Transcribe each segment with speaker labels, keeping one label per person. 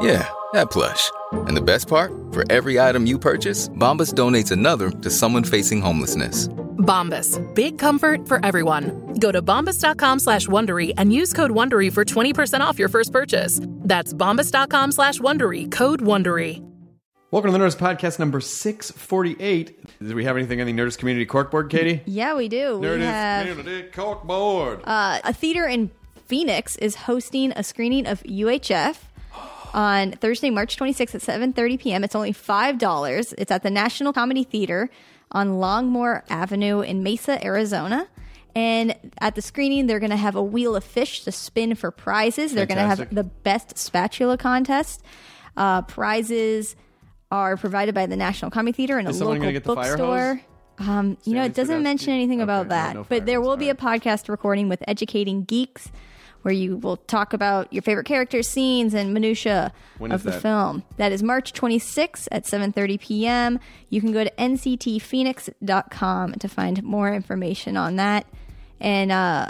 Speaker 1: Yeah, that plush. And the best part? For every item you purchase, Bombas donates another to someone facing homelessness.
Speaker 2: Bombas. Big comfort for everyone. Go to bombas.com slash Wondery and use code Wondery for 20% off your first purchase. That's bombas.com slash Wondery. Code Wondery.
Speaker 3: Welcome to the Nerdist Podcast number 648. Do we have anything on the Nerdist Community Corkboard, Katie?
Speaker 4: Yeah, we do. we have
Speaker 3: Community Corkboard.
Speaker 4: uh, a theater in Phoenix is hosting a screening of UHF on Thursday, March 26th at 7:30 p.m. It's only five dollars. It's at the National Comedy Theater on Longmore Avenue in Mesa, Arizona. And at the screening, they're going to have a wheel of fish to spin for prizes. They're going to have
Speaker 3: Fantastic.
Speaker 4: the best spatula contest. Uh, prizes are provided by the National Comedy Theater and
Speaker 3: Is
Speaker 4: a
Speaker 3: someone
Speaker 4: local
Speaker 3: gonna get the fire
Speaker 4: bookstore.
Speaker 3: hose?
Speaker 4: Um, you know,
Speaker 3: Stanley
Speaker 4: it doesn't
Speaker 3: Spadafsky.
Speaker 4: mention anything
Speaker 3: Okay,
Speaker 4: about
Speaker 3: no,
Speaker 4: that,
Speaker 3: no
Speaker 4: but there
Speaker 3: fireworks,
Speaker 4: will be a podcast recording with Educating Geeks where you will talk about your favorite characters, scenes, and minutia
Speaker 3: When
Speaker 4: of
Speaker 3: is
Speaker 4: the
Speaker 3: that?
Speaker 4: film. That is March 26th at 7.30 p.m. You can go to nctphoenix.com to find more information on that. And uh,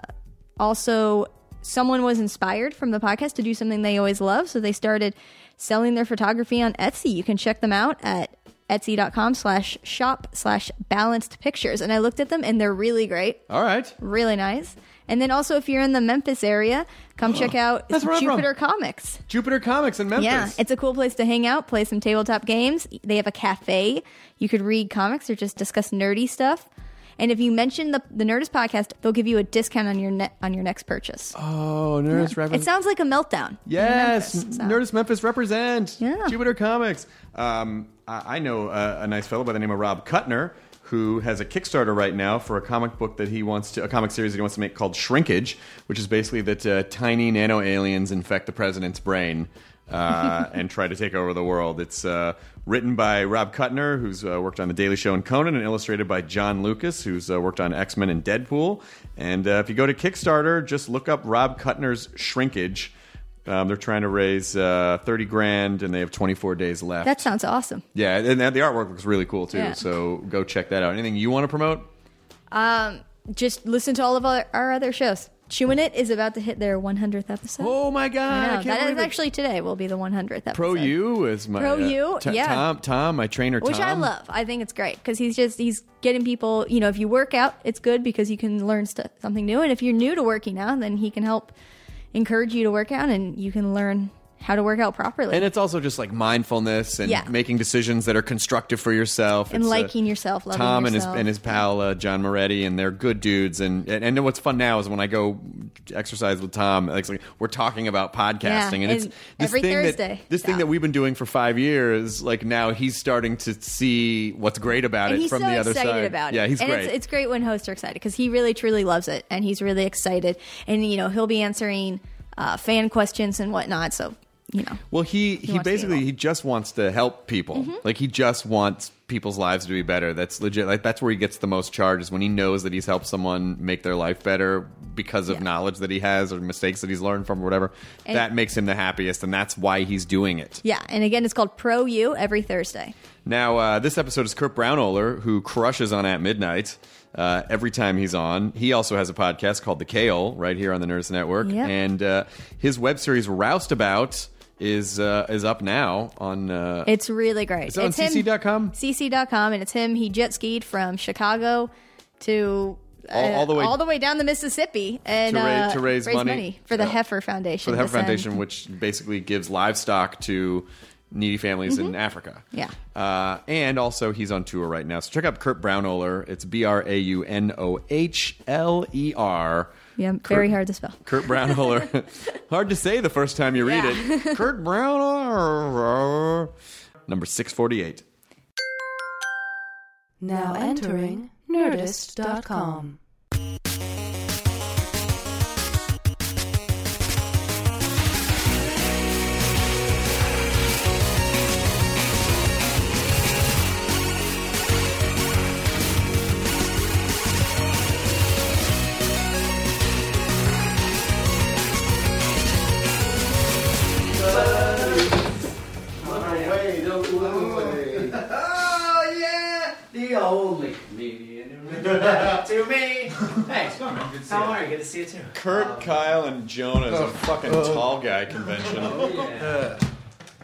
Speaker 4: also, someone was inspired from the podcast to do something they always love, so they started selling their photography on Etsy. You can check them out at etsy.com slash shop slash balanced pictures. And I looked at them, and they're really great
Speaker 3: All right.
Speaker 4: really nice. And then also, if you're in the Memphis area, come check out
Speaker 3: That's where I'm from.
Speaker 4: Jupiter Comics.
Speaker 3: Jupiter Comics in Memphis.
Speaker 4: Yeah, it's a cool place to hang out, play some tabletop games. They have a cafe. You could read comics or just discuss nerdy stuff. And if you mention the, the Nerdist podcast, they'll give you a discount on your ne- on your next purchase.
Speaker 3: oh, Nerdist
Speaker 4: it
Speaker 3: represents.
Speaker 4: sounds like a meltdown.
Speaker 3: yes,
Speaker 4: Memphis, so.
Speaker 3: Nerdist Memphis represent.
Speaker 4: Yeah.
Speaker 3: Jupiter Comics. Um, I, I know a, a nice fellow by the name of Rob Kuttner who has a Kickstarter right now for a comic book that he wants to, a comic series that he wants to make called Shrinkage, which is basically that uh, tiny nano aliens infect the president's brain. uh, and try to take over the world. It's uh, written by Rob Kuttner, who's uh, worked on The Daily Show and Conan, and illustrated by John Lucas, who's uh, worked on X Men and Deadpool. And uh, if you go to Kickstarter, just look up Rob Kuttner's Shrinkage. Um, they're trying to raise uh, 30 grand, and they have 24 days left.
Speaker 4: That sounds awesome.
Speaker 3: yeah, and that- the artwork looks really cool too.
Speaker 4: Yeah.
Speaker 3: So go check that out. Anything you want to promote?
Speaker 4: Just listen to all of our, our other shows. Chewing It is about to hit their 100th episode.
Speaker 3: Oh my god!
Speaker 4: I know.
Speaker 3: can't
Speaker 4: that
Speaker 3: believe
Speaker 4: is
Speaker 3: it.
Speaker 4: actually today will be the 100th episode.
Speaker 3: Pro You is my uh,
Speaker 4: Pro You,
Speaker 3: T-
Speaker 4: yeah.
Speaker 3: Tom, Tom, my trainer,
Speaker 4: which I
Speaker 3: Tom.
Speaker 4: love. I think it's great because he's just he's getting people. You know, if you work out, it's good because you can learn st- something new, and if you're new to working out, then he can help encourage you to work out, and you can learn how to work out properly
Speaker 3: And
Speaker 4: and,
Speaker 3: it's also just like mindfulness and
Speaker 4: Yeah.
Speaker 3: making decisions that are constructive for yourself It's, uh,
Speaker 4: liking yourself, loving
Speaker 3: Tom and his
Speaker 4: yourself.
Speaker 3: and his pal uh, John Moretti, and they're good dudes. And, and and what's fun now is when I go exercise with Tom, like, it's like, we're talking about podcasting,
Speaker 4: Yeah,
Speaker 3: and,
Speaker 4: and
Speaker 3: it's this
Speaker 4: every
Speaker 3: thing
Speaker 4: Thursday.
Speaker 3: That, this thing
Speaker 4: Yeah.
Speaker 3: that we've been doing for five years, like now he's starting to see what's great about it
Speaker 4: he's
Speaker 3: from
Speaker 4: so
Speaker 3: the other
Speaker 4: excited
Speaker 3: side.
Speaker 4: about it.
Speaker 3: Yeah, he's
Speaker 4: and
Speaker 3: great.
Speaker 4: It's, it's great when hosts are excited because he really truly loves it, and he's really excited. And you know, he'll be answering uh, fan questions and whatnot. So you know,
Speaker 3: Well, he he,
Speaker 4: wants to be Mm-hmm.
Speaker 3: basically
Speaker 4: involved.
Speaker 3: he just wants to help people. Like he just wants people's lives to be better. That's legit. Like that's where he gets the most charge is when he knows that he's helped someone make their life better because of
Speaker 4: Yeah.
Speaker 3: knowledge that he has or mistakes that he's learned from or whatever. that makes him the happiest, and that's why he's doing it.
Speaker 4: yeah. And again, it's called Pro You every Thursday.
Speaker 3: Now, uh, this episode is Kurt Brownohler, who crushes on At Midnight uh, every time he's on. He also has a podcast called The Kale right here on the Nerdist Network.
Speaker 4: Yep.
Speaker 3: And uh, his web series, Roustabout, is uh, is up now on. Uh,
Speaker 4: It's really great.
Speaker 3: it on
Speaker 4: it's him-
Speaker 3: CC.com?
Speaker 4: CC.com, and it's him. He jet skied from Chicago to uh,
Speaker 3: All- all the way-
Speaker 4: all the way down the Mississippi and
Speaker 3: To ra-
Speaker 4: uh,
Speaker 3: to raise money.
Speaker 4: for the
Speaker 3: Yeah.
Speaker 4: Heifer Foundation.
Speaker 3: for the Heifer
Speaker 4: to send-
Speaker 3: Foundation, which basically gives livestock to needy families in Africa.
Speaker 4: Mm-hmm. Yeah.
Speaker 3: Uh, and also, he's on tour right now. So check out Kurt Braunohler. It's B R A U N O H L E R.
Speaker 4: Yeah, very hard to spell.
Speaker 3: Kurt Braunohler. Hard to say the first time you read it. Kurt Braunohler. Number 648.
Speaker 5: Now entering Nerdist.com.
Speaker 6: Oh yeah, the only comedian. to me. Hey, how are you? Good to see you too.
Speaker 3: Kurt, Kyle, and Jonah is a fucking tall guy convention.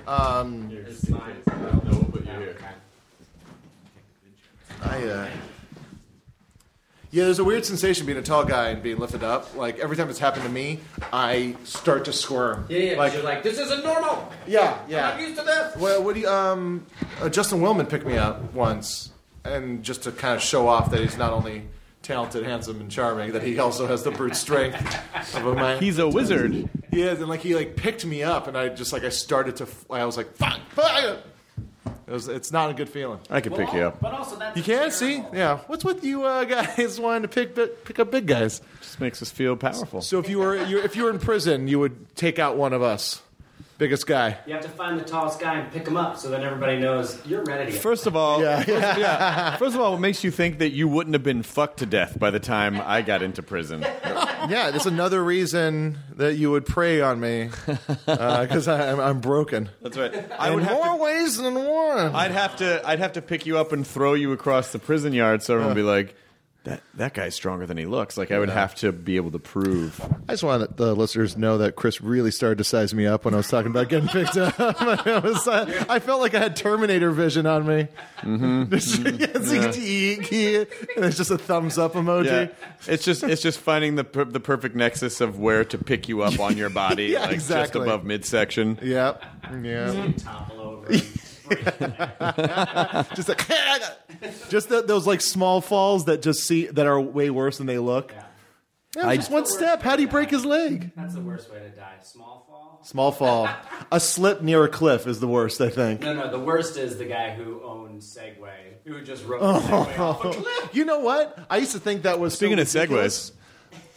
Speaker 7: Um,
Speaker 6: It's mine.
Speaker 7: I, uh, yeah, there's a weird sensation being a tall guy and being lifted up. Like every time it's happened to me, I start to squirm.
Speaker 6: Yeah, yeah. 'cause
Speaker 7: Like,
Speaker 6: you're like, this isn't normal.
Speaker 7: yeah,
Speaker 6: I'm
Speaker 7: yeah.
Speaker 6: used to this.
Speaker 7: Well, what do you, um, uh, Justin Willman picked me up once, and just to kind of show off that he's not only talented, handsome, and charming, that he also has the brute strength of a man.
Speaker 3: He's a wizard.
Speaker 7: Yeah, and like he like picked me up, and I just like I started to. f- I was like, "Fuck!" fuck." It was, it's not a good feeling.
Speaker 3: I can pick you up.
Speaker 6: But also that's
Speaker 7: You
Speaker 6: a
Speaker 7: can't
Speaker 6: terrible-
Speaker 7: see. Yeah, what's with you uh, guys wanting to pick bi- pick up big guys?
Speaker 3: Just makes us feel powerful.
Speaker 7: So if you were you, if you were in prison, you would take out one of us, biggest guy.
Speaker 6: You have to find the tallest guy and pick him up so that everybody knows you're ready.
Speaker 3: First of all, yeah. First, yeah. First of all, what makes you think that you wouldn't have been fucked to death by the time I got into prison?
Speaker 7: Yeah, that's another reason that you would prey on me because I'm, I'm broken.
Speaker 3: That's right. I
Speaker 7: In
Speaker 3: would have to,
Speaker 7: more ways than one.
Speaker 3: I'd have to. I'd have to pick you up and throw you across the prison yard, so everyone would be like, "That that guy's stronger than he looks." Like I would have to be able to prove.
Speaker 7: I just want the listeners to know that Chris really started to size me up when I was talking about getting picked up. I, was, uh, I felt like I had Terminator vision on me. Mm-hmm. it's like, "Eek," and it's just a thumbs up emoji.
Speaker 3: it's just it's just finding the per- the perfect nexus of where to pick you up on your body,
Speaker 7: Yeah,
Speaker 3: like
Speaker 7: exactly.
Speaker 3: just above midsection.
Speaker 7: Yep. Yeah.
Speaker 6: Topple over. and
Speaker 7: just like, just the, those like small falls that just see that are way worse than they look. Yeah, it was just one step. How do you break his leg?
Speaker 6: That's the worst way to die. Small fall.
Speaker 7: Small fall. a slip near a cliff is the worst, I think.
Speaker 6: No, no. The worst is the guy who owned Segway, who just rode the
Speaker 7: Oh,
Speaker 6: Segway off a cliff.
Speaker 7: You know what? I used to think that was so
Speaker 3: Speaking of
Speaker 7: ridiculous.
Speaker 3: segways,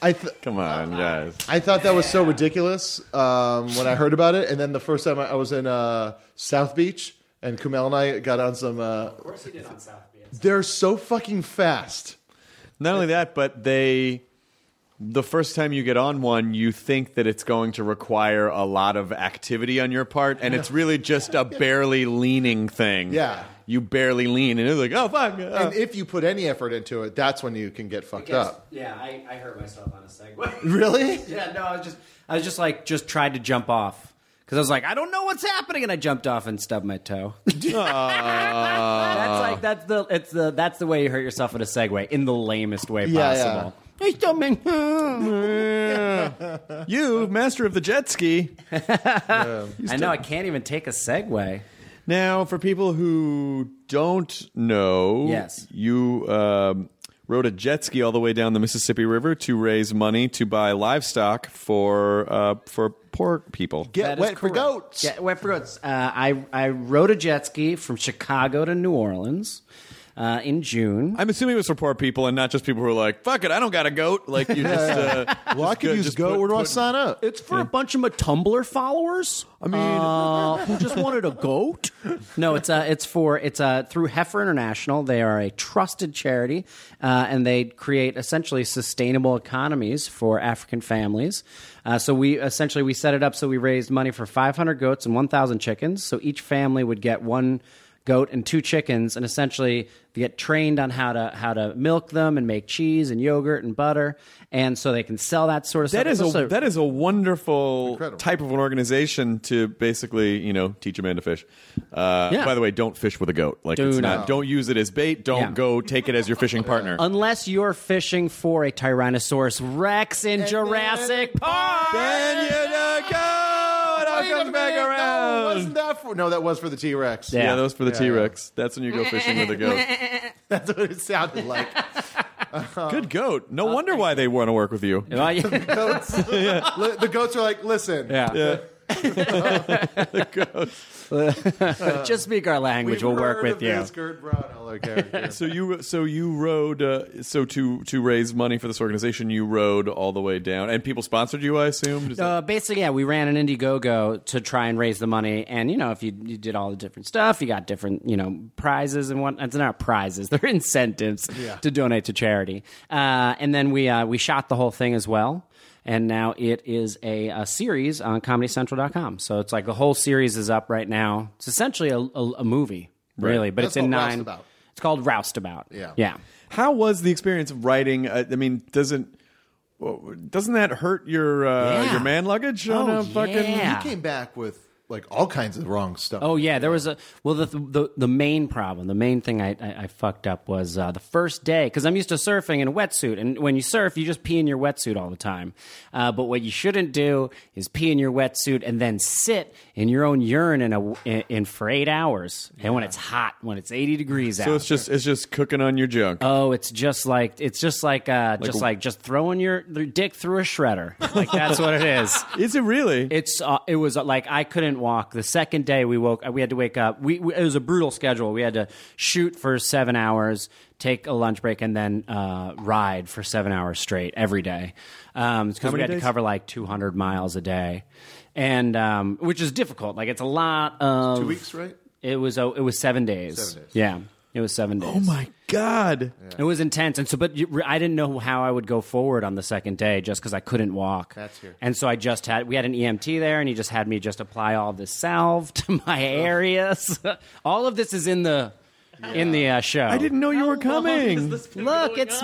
Speaker 7: I th-
Speaker 3: come on, guys.
Speaker 7: I thought that was so ridiculous um, when I heard about it, and then the first time I, I was in uh, South Beach, and Kumail and I got on some. Uh,
Speaker 6: Of course he did on South Beach.
Speaker 7: they're so fucking fast.
Speaker 3: Not only that, but they the first time you get on one, you think that it's going to require a lot of activity on your part, and it's really just a barely leaning thing.
Speaker 7: Yeah.
Speaker 3: You barely lean, and it's like, oh fuck. uh.
Speaker 7: And if you put any effort into it, that's when you can get fucked
Speaker 6: Guess-
Speaker 7: up.
Speaker 6: Yeah, I, I hurt myself on a Segway.
Speaker 7: Really?
Speaker 6: Yeah, no, I was just, I was just like, just tried to jump off because I was like, I don't know what's happening, and I jumped off and stubbed my toe.
Speaker 3: uh,
Speaker 7: Uh.
Speaker 6: that's like that's the it's the that's the way you hurt yourself in a Segway in the lamest way
Speaker 7: Yeah,
Speaker 6: possible. Hey, stop me.
Speaker 3: you, master of the jet ski.
Speaker 6: I know I can't even take a Segway.
Speaker 3: Now, for people who don't know,
Speaker 6: Yes.
Speaker 3: you um, rode a jet ski all the way down the Mississippi River to raise money to buy livestock for uh, for poor people.
Speaker 7: Get
Speaker 6: That is
Speaker 7: wet for
Speaker 6: correct.
Speaker 7: goats.
Speaker 6: Get wet for goats. Uh, I I rode a jet ski from Chicago to New Orleans uh, in June.
Speaker 3: I'm assuming it was for poor people and not just people who are like, "Fuck it, I don't got a goat." Like you just. Uh,
Speaker 7: well, I
Speaker 3: just
Speaker 7: could
Speaker 3: go-
Speaker 7: use
Speaker 3: just
Speaker 7: goat.
Speaker 3: put-
Speaker 7: Where do I
Speaker 3: put-
Speaker 7: sign up?
Speaker 6: It's for a bunch of my Tumblr followers. I mean, who just wanted a goat? No, it's uh, it's for it's uh, through Heifer International. They are a trusted charity, uh, and they create essentially sustainable economies for African families. Uh, so we essentially we set it up so we raised money for 500 goats and 1,000 chickens. So each family would get one goat and two chickens and essentially they get trained on how to how to milk them and make cheese and yogurt and butter and so they can sell that sort of
Speaker 3: That
Speaker 6: stuff
Speaker 3: is
Speaker 6: It's also-
Speaker 3: a that is a wonderful type of an organization to basically you know teach a man to fish. Uh,
Speaker 6: Yeah.
Speaker 3: By the way, don't fish with a goat. Like
Speaker 6: Do
Speaker 3: it's
Speaker 6: not.
Speaker 3: not. Don't use it as bait. Don't
Speaker 6: Yeah.
Speaker 3: go take it as your fishing partner.
Speaker 6: Unless you're fishing for a Tyrannosaurus Rex in Jurassic Park.
Speaker 3: Then you don't go now it
Speaker 7: Wait a
Speaker 3: comes back
Speaker 7: minute, no,
Speaker 3: around.
Speaker 7: wasn't that for? No, that was for the T Rex.
Speaker 6: Yeah.
Speaker 3: Yeah, those for the T Rex. That's when you go fishing with a goat.
Speaker 7: That's what it sounded like.
Speaker 3: Good goat. No wonder why they want to work with you.
Speaker 6: Am I-
Speaker 7: Goats, Li- the goats are like, listen,
Speaker 6: Yeah. Just speak our language. We'll work
Speaker 7: heard
Speaker 6: with
Speaker 7: of
Speaker 6: you.
Speaker 7: This Gert Brownell character.
Speaker 3: So you so you rode uh, so to to raise money for this organization you rode all the way down and people sponsored you I assume. Is
Speaker 6: Uh, basically, yeah, we ran an Indiegogo to try and raise the money, and you know, if you, you did all the different stuff, you got different, you know, prizes and what. It's not prizes; they're incentives to donate to charity. Uh, and then we uh, we shot the whole thing as well, and now it is a, a series on ComedyCentral.com. So it's like the whole series is up right now. It's essentially a, a, a movie, really, but
Speaker 7: That's
Speaker 6: it's in
Speaker 7: called
Speaker 6: nine.
Speaker 7: Roustabout.
Speaker 6: It's called Roustabout.
Speaker 7: Yeah.
Speaker 6: yeah.
Speaker 3: that- how was the experience of riding? Uh, I mean, doesn't well, doesn't that hurt your uh,
Speaker 6: Yeah.
Speaker 3: your man luggage on
Speaker 6: Oh,
Speaker 3: a fucking?
Speaker 6: yeah.
Speaker 7: He came back with like all kinds of wrong stuff.
Speaker 6: Oh yeah, there was a well the the, the main problem, the main thing I, I, I fucked up was uh, the first day because I'm used to surfing in a wetsuit, and when you surf, you just pee in your wetsuit all the time. Uh, but what you shouldn't do is pee in your wetsuit and then sit in your own urine in a in, in for eight hours. And when it's hot, when it's 80 degrees out,
Speaker 3: So it's just it's just cooking on your junk.
Speaker 6: Oh, it's just like it's just like uh, just like just throwing your, your dick through a shredder. Like that's what it is.
Speaker 3: Is it really?
Speaker 6: It's uh, it was uh, like I couldn't walk. The second day we woke, we had to wake up. We, we it was a brutal schedule. We had to shoot for seven hours, take a lunch break, and then uh, ride for seven hours straight every day. Um, because we
Speaker 3: many
Speaker 6: had
Speaker 3: days?
Speaker 6: to cover like two hundred miles a day, and um, which is difficult. Like it's a lot of
Speaker 7: Two weeks, right?
Speaker 6: It was oh, it was seven days.
Speaker 7: Seven days.
Speaker 6: Yeah, it was seven days.
Speaker 3: oh my god!
Speaker 6: It was intense, and so but you, I didn't know how I would go forward on the second day just because I couldn't walk. That's here. And so I just had we had an EMT there, and he just had me just apply all this salve to my areas. all of this is in the in the uh, show.
Speaker 3: I didn't know you were coming.
Speaker 6: Look, it's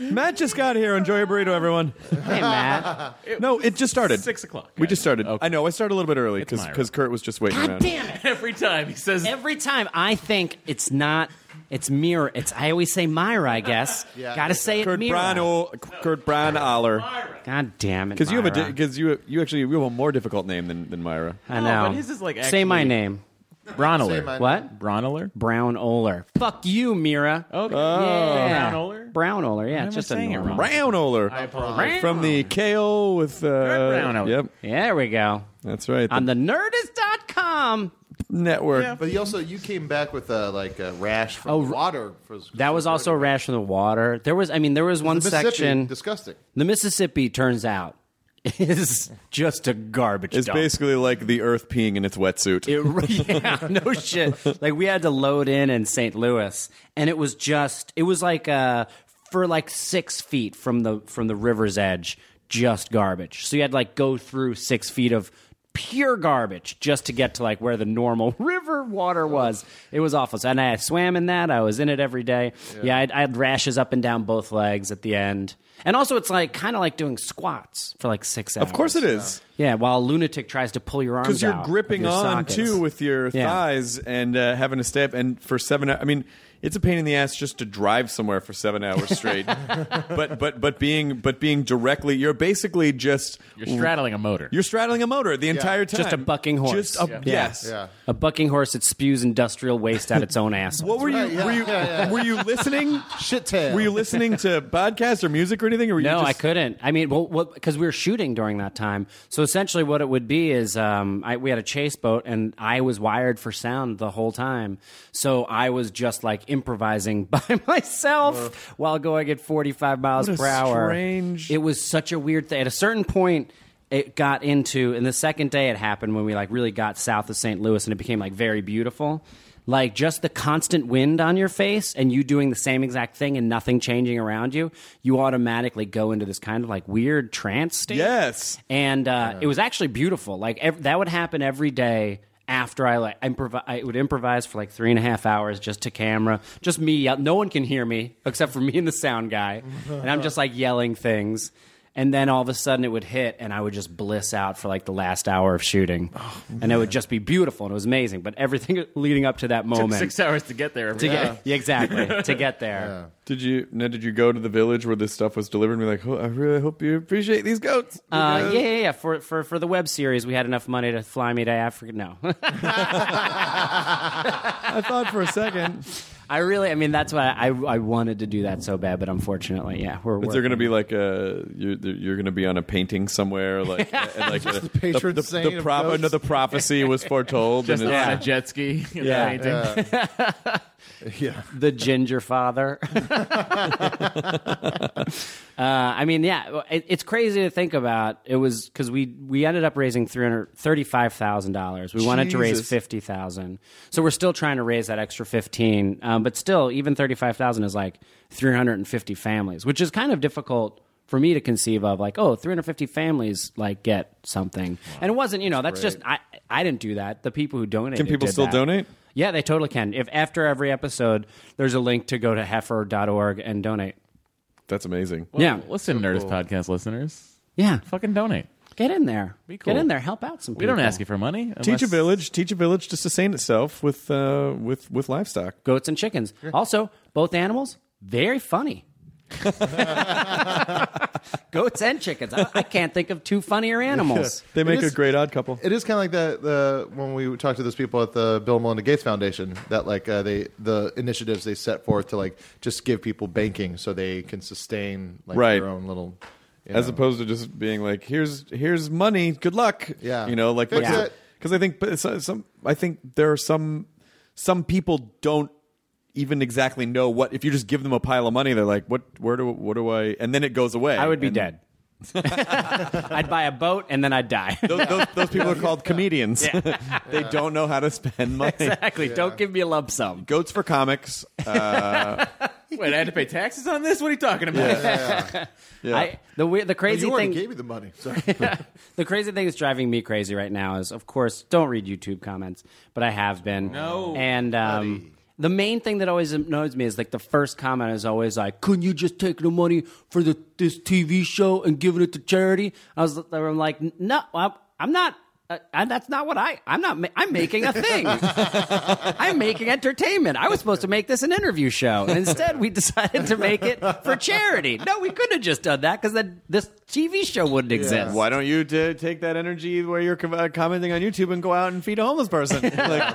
Speaker 3: Matt just got here. Enjoy your burrito, everyone.
Speaker 6: Hey, Matt.
Speaker 3: no, it just started.
Speaker 8: Six o'clock.
Speaker 3: We just started. I know. I started a little bit early
Speaker 8: my
Speaker 3: because Kurt was just waiting
Speaker 6: God
Speaker 3: around.
Speaker 6: damn it!
Speaker 8: Every time he says,
Speaker 6: Every time I think it's not, it's Mira. It's I always say Myra. I guess.
Speaker 7: Yeah.
Speaker 6: Gotta say it,
Speaker 3: Kurt
Speaker 6: Mira.
Speaker 3: Brano, Kurt Branaller.
Speaker 6: God damn it!
Speaker 3: Because oh. you have a
Speaker 6: Myra.
Speaker 3: because you you actually you have a more difficult name than, than Myra.
Speaker 8: No,
Speaker 6: I know.
Speaker 8: but his is like
Speaker 6: say my
Speaker 8: actually-
Speaker 6: name.
Speaker 7: Say my-
Speaker 8: Bronaler.
Speaker 6: What?
Speaker 8: Bronaler?
Speaker 6: Brown Oler. Fuck you, Mira. Oh,
Speaker 8: Okay.
Speaker 6: Yeah.
Speaker 8: Brown Oler?
Speaker 6: Brown Oler, yeah.
Speaker 8: am
Speaker 6: It's
Speaker 8: I
Speaker 6: just a
Speaker 8: saying it
Speaker 6: normal.
Speaker 8: wrong?
Speaker 3: Brownoler.
Speaker 8: apologize.
Speaker 3: Ah, From the KO with uh,
Speaker 8: Brownoler.
Speaker 3: Yep,
Speaker 6: Yeah, there we go.
Speaker 3: that's right.
Speaker 6: On the nerdist.com.
Speaker 3: network.
Speaker 7: But you also you came back with a like a rash from
Speaker 6: Oh,
Speaker 7: water. For,
Speaker 6: That was also a rash from the water. There was, I mean, there was one
Speaker 7: Mississippi,
Speaker 6: section.
Speaker 7: Disgusting.
Speaker 6: the Mississippi turns out is just a garbage
Speaker 3: It's
Speaker 6: dump.
Speaker 3: basically like the Earth peeing in its wetsuit.
Speaker 6: It- yeah, no shit. Like we had to load in in St. Louis, and it was just it was like uh for like six feet from the from the river's edge, just garbage. So you had to like go through six feet of pure garbage just to get to like where the normal river water was. It was awful. So, and I swam in that. I was in it every day. Yeah, I, had, I had rashes up and down both legs at the end. And also, it's like kind of like doing squats for like six hours.
Speaker 3: of course it is.
Speaker 6: Yeah, while a lunatic tries to pull your arms
Speaker 3: Because you're
Speaker 6: out of
Speaker 3: gripping
Speaker 6: your
Speaker 3: on
Speaker 6: sockets.
Speaker 3: too with your
Speaker 6: Yeah.
Speaker 3: thighs and uh, having to stay up and for seven. I mean, it's a pain in the ass just to drive somewhere for seven hours straight. but but but being but being directly, you're basically just
Speaker 8: You're straddling a motor.
Speaker 3: You're straddling a motor the entire time.
Speaker 6: Just a bucking horse.
Speaker 3: Just a,
Speaker 6: Yeah.
Speaker 3: yes.
Speaker 7: Yeah.
Speaker 6: A bucking horse that spews industrial waste out its own asshole.
Speaker 3: What were you?
Speaker 7: Right, yeah,
Speaker 3: were, you
Speaker 7: yeah, yeah.
Speaker 3: were you listening?
Speaker 7: Shit tail.
Speaker 3: Were you listening to podcasts or music or anything? Or were you
Speaker 6: no,
Speaker 3: just-
Speaker 6: I couldn't. I mean, well, because we were shooting during that time. So essentially, what it would be is um, I, we had a chase boat, and I was wired for sound the whole time. So I was just like improvising by myself while going at 45 miles
Speaker 3: What a
Speaker 6: per hour.
Speaker 3: strange-
Speaker 6: It was such a weird thing. At a certain point, it got into, and the second day it happened when we like really got south of St. Louis, and it became like very beautiful. Like just the constant wind on your face, and you doing the same exact thing, and nothing changing around you. You automatically go into this kind of like weird trance state.
Speaker 3: Yes.
Speaker 6: and uh, it was actually beautiful. Like ev- that would happen every day. After I like improv, I would improvise for like three and a half hours just to camera, just me. Yell- no one can hear me except for me and the sound guy, and I'm just like yelling things. and then all of a sudden it would hit, and I would just bliss out for like the last hour of shooting, and it would just be beautiful and it was amazing. But everything leading up to that
Speaker 8: Took
Speaker 6: moment,
Speaker 8: six hours to get there.
Speaker 6: to get yeah, exactly to get there.
Speaker 3: Did you now? Did you go to the village where this stuff was delivered? And be like, oh, I really hope you appreciate these goats.
Speaker 6: Uh, yeah, yeah, yeah. For, for for the web series, we had enough money to fly me to Africa. No,
Speaker 7: I thought for a second.
Speaker 6: I really, I mean, that's why I I wanted to do that so bad, but unfortunately, yeah, we're.
Speaker 3: Is there going to be like a you're, you're going to be on a painting somewhere like and like a, the,
Speaker 7: patron
Speaker 3: the,
Speaker 7: saint
Speaker 3: the,
Speaker 7: of
Speaker 3: prop-
Speaker 7: ghosts.
Speaker 3: no, the prophecy was foretold
Speaker 8: Just
Speaker 3: and
Speaker 8: on
Speaker 3: it's,
Speaker 8: a jet ski.
Speaker 6: Yeah.
Speaker 8: Yeah.
Speaker 7: Yeah.
Speaker 6: the ginger father. uh, I mean, yeah, it, it's crazy to think about. It was because we we ended up raising three hundred thirty five thousand dollars. We wanted to raise
Speaker 3: Jesus.
Speaker 6: fifty thousand, so we're still trying to raise that extra fifteen. Um, but still, even thirty five thousand is like three hundred and fifty families, which is kind of difficult. For me to conceive of, like, oh, 350 families like get something, and it wasn't, you know, that's, just I, I didn't do that. The people who donated
Speaker 3: Can people
Speaker 6: did
Speaker 3: still
Speaker 6: that.
Speaker 3: donate?
Speaker 6: Yeah, they totally can. If after every episode, there's a link to go to heifer.org and donate.
Speaker 3: that's amazing.
Speaker 6: yeah.
Speaker 8: Listen, Nerdist podcast listeners,
Speaker 6: Yeah.
Speaker 8: fucking donate.
Speaker 6: Get in there.
Speaker 8: cool.
Speaker 6: Get in there. Help out some
Speaker 8: We
Speaker 6: people.
Speaker 8: don't ask you for money.
Speaker 3: Teach
Speaker 8: unless-
Speaker 3: a village, teach a village to sustain itself with uh, with with livestock.
Speaker 6: Goats and chickens. Also, both animals, very funny. Goats and chickens. I, I can't think of two funnier animals.
Speaker 3: They make
Speaker 7: is-
Speaker 3: a great odd couple.
Speaker 7: It is kind of like that the when we talked to those people at the Bill and Melinda Gates Foundation that like uh, they the initiatives they set forth to like just give people banking so they can sustain like
Speaker 3: Right.
Speaker 7: their own little you
Speaker 3: as
Speaker 7: know.
Speaker 3: opposed to just being like here's here's money good luck
Speaker 7: Yeah.
Speaker 3: you know like
Speaker 7: Fix
Speaker 3: what's
Speaker 7: it.
Speaker 3: because i think but uh, some, some i think there are some some people don't even exactly know what if you just give them a pile of money they're like what where do what do i and then it goes away
Speaker 6: I would be
Speaker 3: And
Speaker 6: dead. I'd buy a boat and then I'd die.
Speaker 3: those, those, those people are called comedians they don't know how to spend money
Speaker 6: exactly. Don't give me a lump sum.
Speaker 3: goats for comics Uh,
Speaker 8: Wait, I had to pay taxes on this? What are you talking about?
Speaker 6: I, the we- the
Speaker 7: Oh,
Speaker 6: crazy
Speaker 7: you already
Speaker 6: thing
Speaker 7: gave me the money. Sorry.
Speaker 6: The crazy thing that's driving me crazy right now is, of course, don't read YouTube comments, but I have been. No. And um, the main thing that always annoys me is like the first comment is always like, "Couldn't you just take the money for the this TV show and giving it to charity?" I was, I'm like, no, I'm, I'm not. Uh, I, that's not what I. I'm not. ma- I'm making a thing. I'm making entertainment. I was supposed to make this an interview show, and instead we decided to make it for charity. No, we couldn't have just done that because then this TV show wouldn't exist.
Speaker 3: why don't you t- take that energy where you're com- uh, commenting on youtube and go out and feed a homeless person like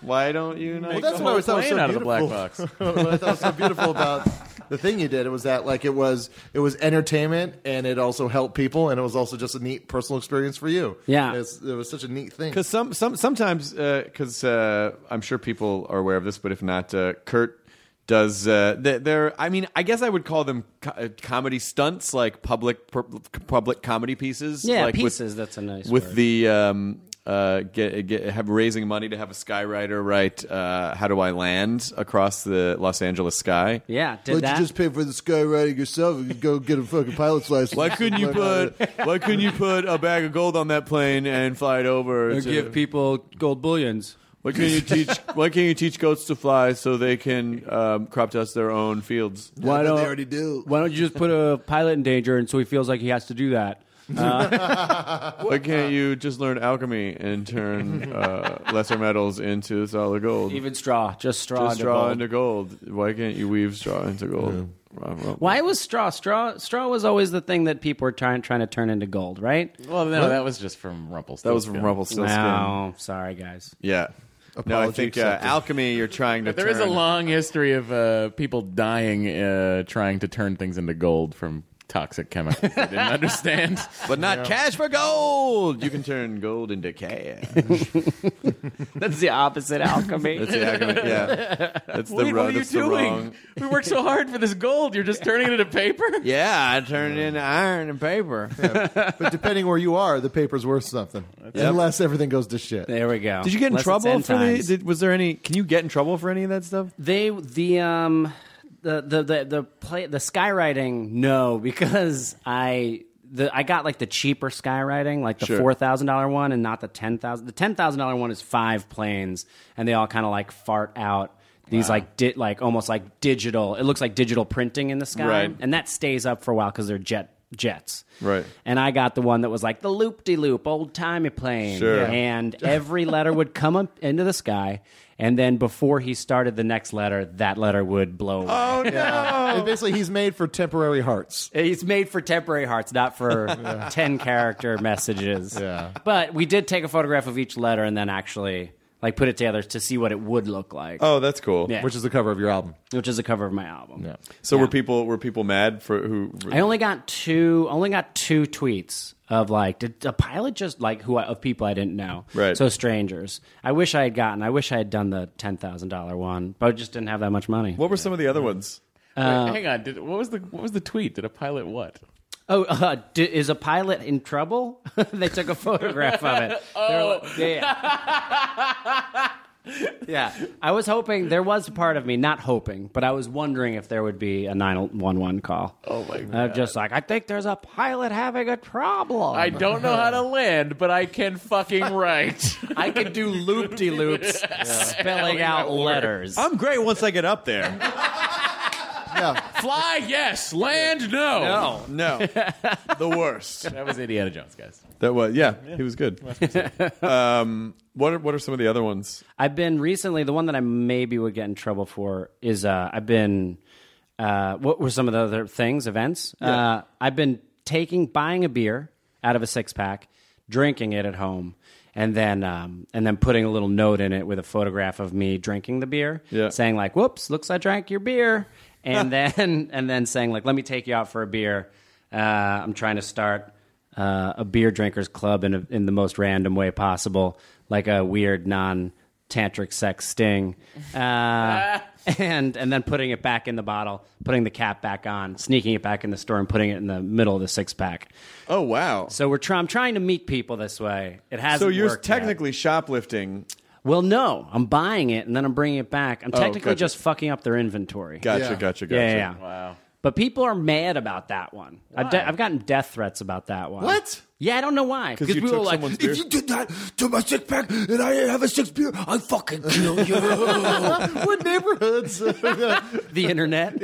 Speaker 3: why don't you not
Speaker 7: Well, that's what I always thought was so
Speaker 8: plane out of the black
Speaker 7: beautiful. what I thought was so beautiful about the thing you did was that like it was it was entertainment and it also helped people and it was also just a neat personal experience for you.
Speaker 6: Yeah.
Speaker 7: It's, it was such a neat thing.
Speaker 3: Because some, some, sometimes, because uh, I'm sure people are aware of this, but if not, uh, Kurt does. Uh, th- they're, I mean, I guess I would call them co- uh, comedy stunts, like public per- public comedy pieces.
Speaker 6: Yeah,
Speaker 3: like
Speaker 6: pieces, that's a nice
Speaker 3: With
Speaker 6: word.
Speaker 3: the um, uh, get, get have raising money to have a skywriter write uh, "How do I land across the Los Angeles sky?"
Speaker 6: Yeah, did that.
Speaker 7: pay for the skywriting yourself and go get a fucking pilot's license?
Speaker 3: Why couldn't you put Why couldn't you put a bag of gold on that plane and fly it over? to-
Speaker 6: people gold bullions.
Speaker 3: Why can't you teach? Why can't you teach goats to fly so they can um, crop dust their own fields?
Speaker 6: Why
Speaker 7: they already do.
Speaker 6: Why don't you just put a pilot in danger, and so he feels like he has to do that?
Speaker 3: Why can't you just learn alchemy and turn uh, lesser metals into solid gold?
Speaker 6: Even straw, just straw.
Speaker 3: just
Speaker 6: into
Speaker 3: straw
Speaker 6: gold.
Speaker 3: into gold. Why can't you weave straw into gold? Wow, wow.
Speaker 6: Why was straw? Straw. Straw was always the thing that people were trying trying to turn into gold, right?
Speaker 8: Well, no, that was just from Rumpelstiltskin.
Speaker 3: That was from Rumpelstiltskin.
Speaker 6: No, sorry guys.
Speaker 3: Yeah. no, I
Speaker 7: Apology
Speaker 3: think uh,
Speaker 7: accepted.
Speaker 3: alchemy. You're trying to.
Speaker 8: There is a
Speaker 3: turn-
Speaker 8: long history of uh, people dying uh, trying to turn things into gold from toxic chemicals they didn't understand.
Speaker 3: but not cash for gold. You can turn gold into cash.
Speaker 6: That's the opposite alchemy.
Speaker 3: That's the alchemy. Yeah, that's the
Speaker 8: Wait,
Speaker 3: ro-
Speaker 8: what are you
Speaker 3: that's the
Speaker 8: doing?
Speaker 3: wrong-
Speaker 8: We worked so hard for this gold. You're just turning it into paper?
Speaker 3: Yeah, I turned it into iron and paper.
Speaker 7: But depending where you are, the paper's worth something. Unless everything goes to shit.
Speaker 6: There we go.
Speaker 3: Did you get in
Speaker 6: Unless it's
Speaker 3: trouble
Speaker 6: end
Speaker 3: for the?
Speaker 6: times.
Speaker 3: Did, was there any? Can you get in trouble for any of that stuff?
Speaker 6: They the um the the the the play the skywriting no because I the I got like the cheaper skywriting like the
Speaker 3: Sure.
Speaker 6: four thousand dollar one and not the ten thousand the ten thousand dollar one is five planes and they all kind of like fart out these like di- like almost like digital it looks like digital printing in the sky
Speaker 3: Right.
Speaker 6: and that stays up for a while because they're jet jets.
Speaker 3: Right.
Speaker 6: And I got the one that was like the loop de loop, old timey plane.
Speaker 3: Sure.
Speaker 6: And every letter would come up into the sky. And then before he started the next letter, that letter would blow. Away.
Speaker 3: Oh no!
Speaker 7: And basically, he's made for temporary hearts.
Speaker 6: It's made for temporary hearts, not for 10 character messages.
Speaker 7: Yeah.
Speaker 6: But we did take a photograph of each letter and then actually like put it together to see what it would look like,
Speaker 3: Oh, that's cool.
Speaker 6: Yeah.
Speaker 7: Which is the cover of your album.
Speaker 6: which is the cover of my album.
Speaker 3: So were people were people mad for who?
Speaker 6: I only got two. Only got two tweets of like did a pilot just like who I, of people I didn't know.
Speaker 3: Right.
Speaker 6: So strangers. I wish I had gotten. I wish I had done the ten thousand dollar one, but I just didn't have that much money.
Speaker 3: what were some of the other ones?
Speaker 8: Wait, hang on. Did, what was the what was the tweet? Did a pilot what?
Speaker 6: Oh, uh, d- is a pilot in trouble? they took a photograph of it. oh, yeah. yeah. Yeah. I was hoping there was a part of me, not hoping, but I was wondering if there would be a nine one one call. Oh my god! I'm just like, I think there's a pilot having a problem.
Speaker 8: I don't know how to land, but I can fucking write.
Speaker 6: I could do loop de loops spelling out letters.
Speaker 3: I'm great once I get up there.
Speaker 8: Fly, yes. Land, no.
Speaker 3: no, no, the worst.
Speaker 8: That was Indiana Jones, guys.
Speaker 3: That was yeah, He was good. um, what are, what are some of the other ones?
Speaker 6: I've been recently the one that I maybe would get in trouble for is uh, I've been uh, what were some of the other things events? Uh, I've been taking buying a beer out of a six pack, drinking it at home, and then um, and then putting a little note in it with a photograph of me drinking the beer,
Speaker 3: Yeah.
Speaker 6: saying like, "Whoops, looks I drank your beer," and then and then saying like, "Let me take you out for a beer." Uh, I'm trying to start uh, a beer drinkers club in a, in the most random way possible, like a weird non tantric sex sting, uh, and and then putting it back in the bottle, putting the cap back on, sneaking it back in the store, and putting it in the middle of the six pack.
Speaker 3: Oh wow!
Speaker 6: So we're try- I'm trying to meet people this way. It hasn't.
Speaker 3: So you're
Speaker 6: worked yet.
Speaker 3: technically shoplifting.
Speaker 6: well, no, I'm buying it and then I'm bringing it back. I'm
Speaker 3: Oh,
Speaker 6: technically
Speaker 3: gotcha.
Speaker 6: just fucking up their inventory.
Speaker 3: Gotcha,
Speaker 7: Yeah.
Speaker 3: gotcha, gotcha.
Speaker 6: Yeah, yeah, yeah. Wow. But people are mad about that one. I've, de- I've gotten death threats about that one.
Speaker 7: What?
Speaker 6: Yeah, I don't know why. Because
Speaker 3: you
Speaker 6: people
Speaker 3: took
Speaker 6: are like,
Speaker 3: someone's beer.
Speaker 9: did that to my six pack and I didn't have a six beer, I fucking kill you.
Speaker 7: what neighborhoods?
Speaker 6: the internet.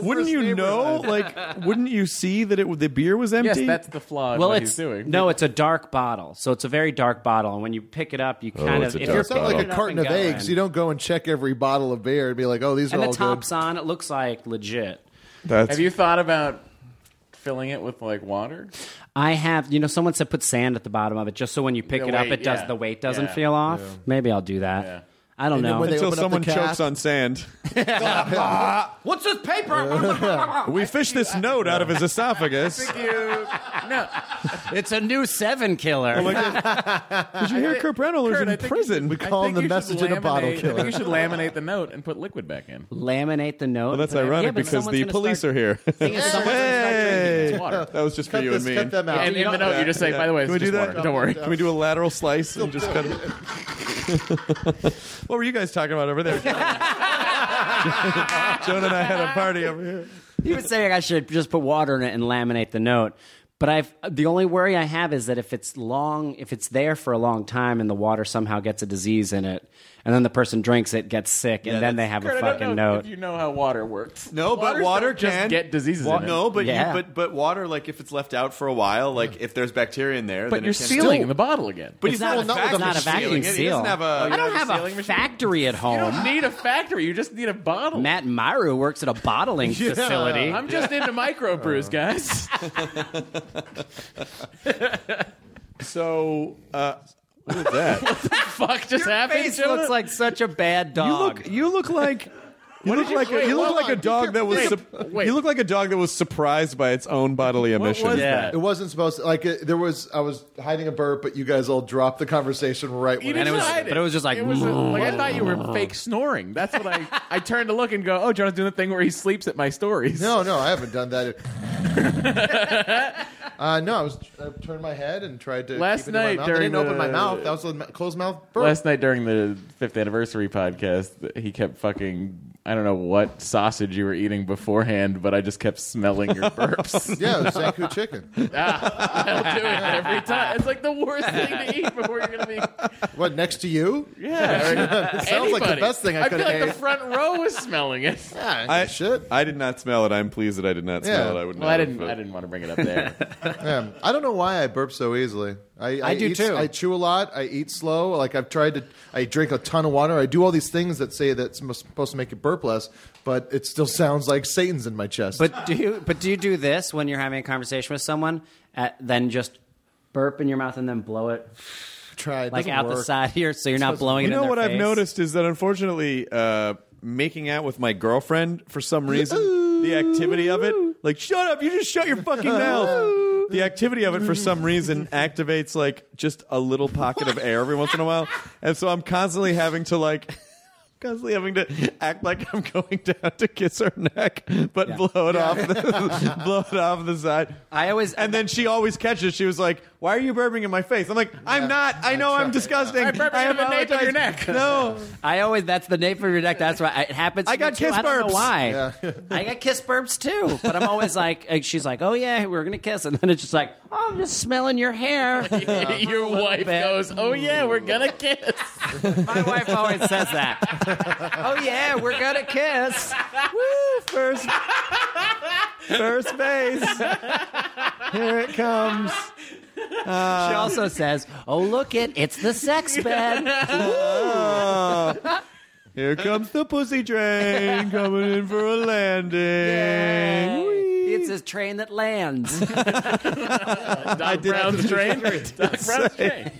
Speaker 3: Wouldn't you know? Like, wouldn't you see that it the beer was
Speaker 8: Yes,
Speaker 3: empty?
Speaker 8: that's the flaw. in
Speaker 6: Well,
Speaker 8: what
Speaker 6: it's
Speaker 8: he's doing.
Speaker 6: no, it's a dark bottle, so it's a very dark bottle. And when you pick it up, you kind
Speaker 3: it's
Speaker 6: of
Speaker 3: a
Speaker 6: if
Speaker 3: dark
Speaker 6: you're
Speaker 7: Oh, It's not
Speaker 3: bottle.
Speaker 6: picking
Speaker 7: like
Speaker 6: it
Speaker 7: a
Speaker 6: up
Speaker 7: carton
Speaker 6: and
Speaker 7: of
Speaker 6: going-
Speaker 7: eggs. You don't go and check every bottle of beer and be like, oh, these are
Speaker 6: and the
Speaker 7: all
Speaker 6: top's
Speaker 7: good.
Speaker 6: on. It looks like legit.
Speaker 3: That's-
Speaker 8: Have you thought about filling it with like water?
Speaker 6: I have, you know, someone said put sand at the bottom of it just so when you pick
Speaker 8: The
Speaker 6: it up,
Speaker 8: weight,
Speaker 6: it does
Speaker 8: yeah.
Speaker 6: the weight doesn't
Speaker 8: Yeah.
Speaker 6: feel off. Maybe I'll do that.
Speaker 8: Yeah.
Speaker 6: I don't
Speaker 7: And then
Speaker 6: know.
Speaker 7: when they-
Speaker 3: Until
Speaker 7: open up
Speaker 3: someone
Speaker 7: the cap.
Speaker 3: chokes on sand.
Speaker 6: What's this paper?
Speaker 3: We fished this note out of his esophagus.
Speaker 6: it's a new seven killer.
Speaker 3: Did you hear Kurt Brenneller's
Speaker 8: Kurt, I
Speaker 3: in
Speaker 8: think
Speaker 3: prison?
Speaker 7: We call
Speaker 8: I
Speaker 7: him
Speaker 8: think
Speaker 7: the
Speaker 8: you should
Speaker 7: message in a bottle
Speaker 8: laminate- I
Speaker 7: killer.
Speaker 8: think you should laminate the note and put liquid back in.
Speaker 6: Laminate the note.
Speaker 3: Well, that's
Speaker 6: Yeah,
Speaker 3: ironic
Speaker 6: but
Speaker 3: because
Speaker 6: someone's
Speaker 3: the
Speaker 6: gonna
Speaker 3: police
Speaker 6: start-
Speaker 3: are here.
Speaker 6: thing is someone's gonna start
Speaker 3: Hey!
Speaker 8: It's water.
Speaker 3: That was just for
Speaker 7: Cut
Speaker 3: you
Speaker 7: this, cut
Speaker 3: and me.
Speaker 7: them out.
Speaker 8: And in the note, you just say, "By the way, it's
Speaker 3: Can we
Speaker 8: just
Speaker 3: do that?
Speaker 8: water. Don't worry."
Speaker 3: Can we do a lateral slice and just cut it? what were you guys talking about over there? Joan and I had a party over here.
Speaker 6: He was saying I should just put water in it and laminate the note. But I've the only worry I have is that if it's long, if it's there for a long time and the water somehow gets a disease in it, and then the person drinks it, gets sick, and then they have
Speaker 8: Kurt,
Speaker 6: a
Speaker 8: I
Speaker 6: fucking
Speaker 8: don't know
Speaker 6: note.
Speaker 8: If you know how water works.
Speaker 3: No, but
Speaker 8: Waters
Speaker 3: water
Speaker 8: don't just
Speaker 3: can
Speaker 8: get diseases.
Speaker 3: Wa-
Speaker 8: in it.
Speaker 3: No, but
Speaker 6: Yeah.
Speaker 3: you, but but water, like if it's left out for a while, like if there's bacteria in there,
Speaker 8: But
Speaker 3: then
Speaker 8: you're
Speaker 3: it can
Speaker 8: sealing
Speaker 3: Still,
Speaker 8: the bottle again.
Speaker 3: but he's
Speaker 6: It's not
Speaker 3: not, a vacuum
Speaker 6: a vac- it's not a
Speaker 3: sealing
Speaker 6: vacuum
Speaker 3: it. He doesn't
Speaker 6: seal.
Speaker 3: uh, have a.
Speaker 6: I don't have a
Speaker 3: sealing machine?
Speaker 6: factory at
Speaker 8: you don't
Speaker 6: home.
Speaker 8: need a factory. You just need a bottle.
Speaker 6: Matt Myru works at a bottling facility.
Speaker 8: I'm just into
Speaker 3: Uh.
Speaker 8: microbrews, guys.
Speaker 3: So uh, what is that?
Speaker 8: Fuck just happened.
Speaker 6: Face
Speaker 8: Jonah?
Speaker 6: looks like such a bad dog.
Speaker 3: you look like. You look like a,
Speaker 8: wait,
Speaker 3: you look
Speaker 8: hold
Speaker 3: like a
Speaker 8: on.
Speaker 3: dog
Speaker 8: Keep
Speaker 3: that
Speaker 8: your-
Speaker 3: was
Speaker 8: wait,
Speaker 3: sup-
Speaker 8: wait.
Speaker 3: you look like a dog that was surprised by its own bodily emission.
Speaker 8: was
Speaker 6: Yeah.
Speaker 8: that?
Speaker 7: It wasn't supposed to. Like, it, there was. I was hiding a burp, but you guys all dropped the conversation right
Speaker 8: You
Speaker 7: when
Speaker 8: didn't
Speaker 6: it was-
Speaker 8: hide
Speaker 6: but it was just like,
Speaker 8: It was a- like I thought you were fake snoring. That's what I. I turned to look and go, oh, Jonah's doing the thing where he sleeps at my stories.
Speaker 7: No, no, I haven't done that. uh, no, I was I turned my head and tried to
Speaker 8: Last
Speaker 7: keep it in my
Speaker 8: night
Speaker 7: mouth. I
Speaker 8: during
Speaker 7: didn't open my
Speaker 8: the-
Speaker 7: mouth. That was a ma- closed mouth burp.
Speaker 8: Last night during the fifth anniversary podcast, he kept fucking I don't know what sausage you were eating beforehand, but I just kept smelling your burps.
Speaker 7: Yeah, Zaku chicken.
Speaker 8: I'll do it every time. It's like the worst thing to eat before you're gonna be.
Speaker 7: What next to you?
Speaker 8: Yeah,
Speaker 7: It sounds like the best thing I
Speaker 8: feel
Speaker 7: could've
Speaker 8: like the
Speaker 7: ate.
Speaker 8: front row was smelling it.
Speaker 7: Yeah,
Speaker 3: I,
Speaker 7: shit.
Speaker 3: I did not smell it. I'm pleased that I did not smell
Speaker 7: Yeah.
Speaker 3: it. I would not.
Speaker 8: Well, I
Speaker 3: have,
Speaker 8: didn't.
Speaker 3: but-
Speaker 8: I didn't want to bring it up there.
Speaker 7: Yeah. I don't know why I burp so easily. I, I,
Speaker 6: do
Speaker 7: eat-
Speaker 6: too.
Speaker 7: I chew a lot. I eat slow. Like I've tried to. I drink a ton of water. I do all these things that say that's m- supposed to make you burp less, but it still sounds like Satan's in my chest.
Speaker 6: But do you but do you do this when you're having a conversation with someone? Uh then just burp in your mouth and then blow it
Speaker 7: try it.
Speaker 6: like
Speaker 7: Doesn't
Speaker 6: out the
Speaker 7: work.
Speaker 6: side here, so you're not blowing
Speaker 3: You
Speaker 6: it.
Speaker 3: know
Speaker 6: in their
Speaker 3: what I've
Speaker 6: face?
Speaker 3: noticed is that unfortunately, uh, making out with my girlfriend for some reason, the activity of it, like shut up, you just shut your fucking mouth. The activity of it for some reason activates like just a little pocket of air every once in a while, and so I'm constantly having to like. Constantly having to act like I'm going down to kiss her neck, but blow it off, the, blow it off the side.
Speaker 6: I always-
Speaker 3: and then she always catches. She was like, "Why are you burping in my face?" I'm like, "I'm not. I know I'm disgusting.
Speaker 8: I'm burping
Speaker 3: I
Speaker 8: into the nape of your
Speaker 3: apologize." No,
Speaker 6: I always that's the name for your neck. That's why it happens. to
Speaker 3: I
Speaker 6: me,
Speaker 3: got
Speaker 6: too.
Speaker 3: kiss
Speaker 6: I don't know
Speaker 3: burps.
Speaker 6: why? I got kiss burps too. But I'm always like, uh, she's like, oh yeah, we're gonna kiss, and then it's just like, oh, I'm just smelling your hair.
Speaker 8: your wife
Speaker 6: bit.
Speaker 8: goes, "Oh yeah, we're gonna kiss."
Speaker 6: My wife always says that. oh yeah, we're gonna kiss.
Speaker 3: Woo, first, first base. Here it comes.
Speaker 6: She
Speaker 3: Uh,
Speaker 6: also says, oh look it, it's the sex bed.
Speaker 3: Oh. Here comes the pussy train coming in for a landing. Whee.
Speaker 6: It's a train that lands.
Speaker 8: Doc Brown's train. Doc Brown's train.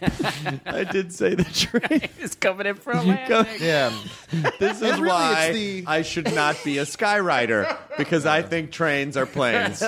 Speaker 3: I did say the train.
Speaker 6: it's coming in for a landing.
Speaker 7: Yeah.
Speaker 3: This is
Speaker 7: really, it's
Speaker 3: why
Speaker 7: the-
Speaker 3: I should not be a skyrider because I think trains are planes.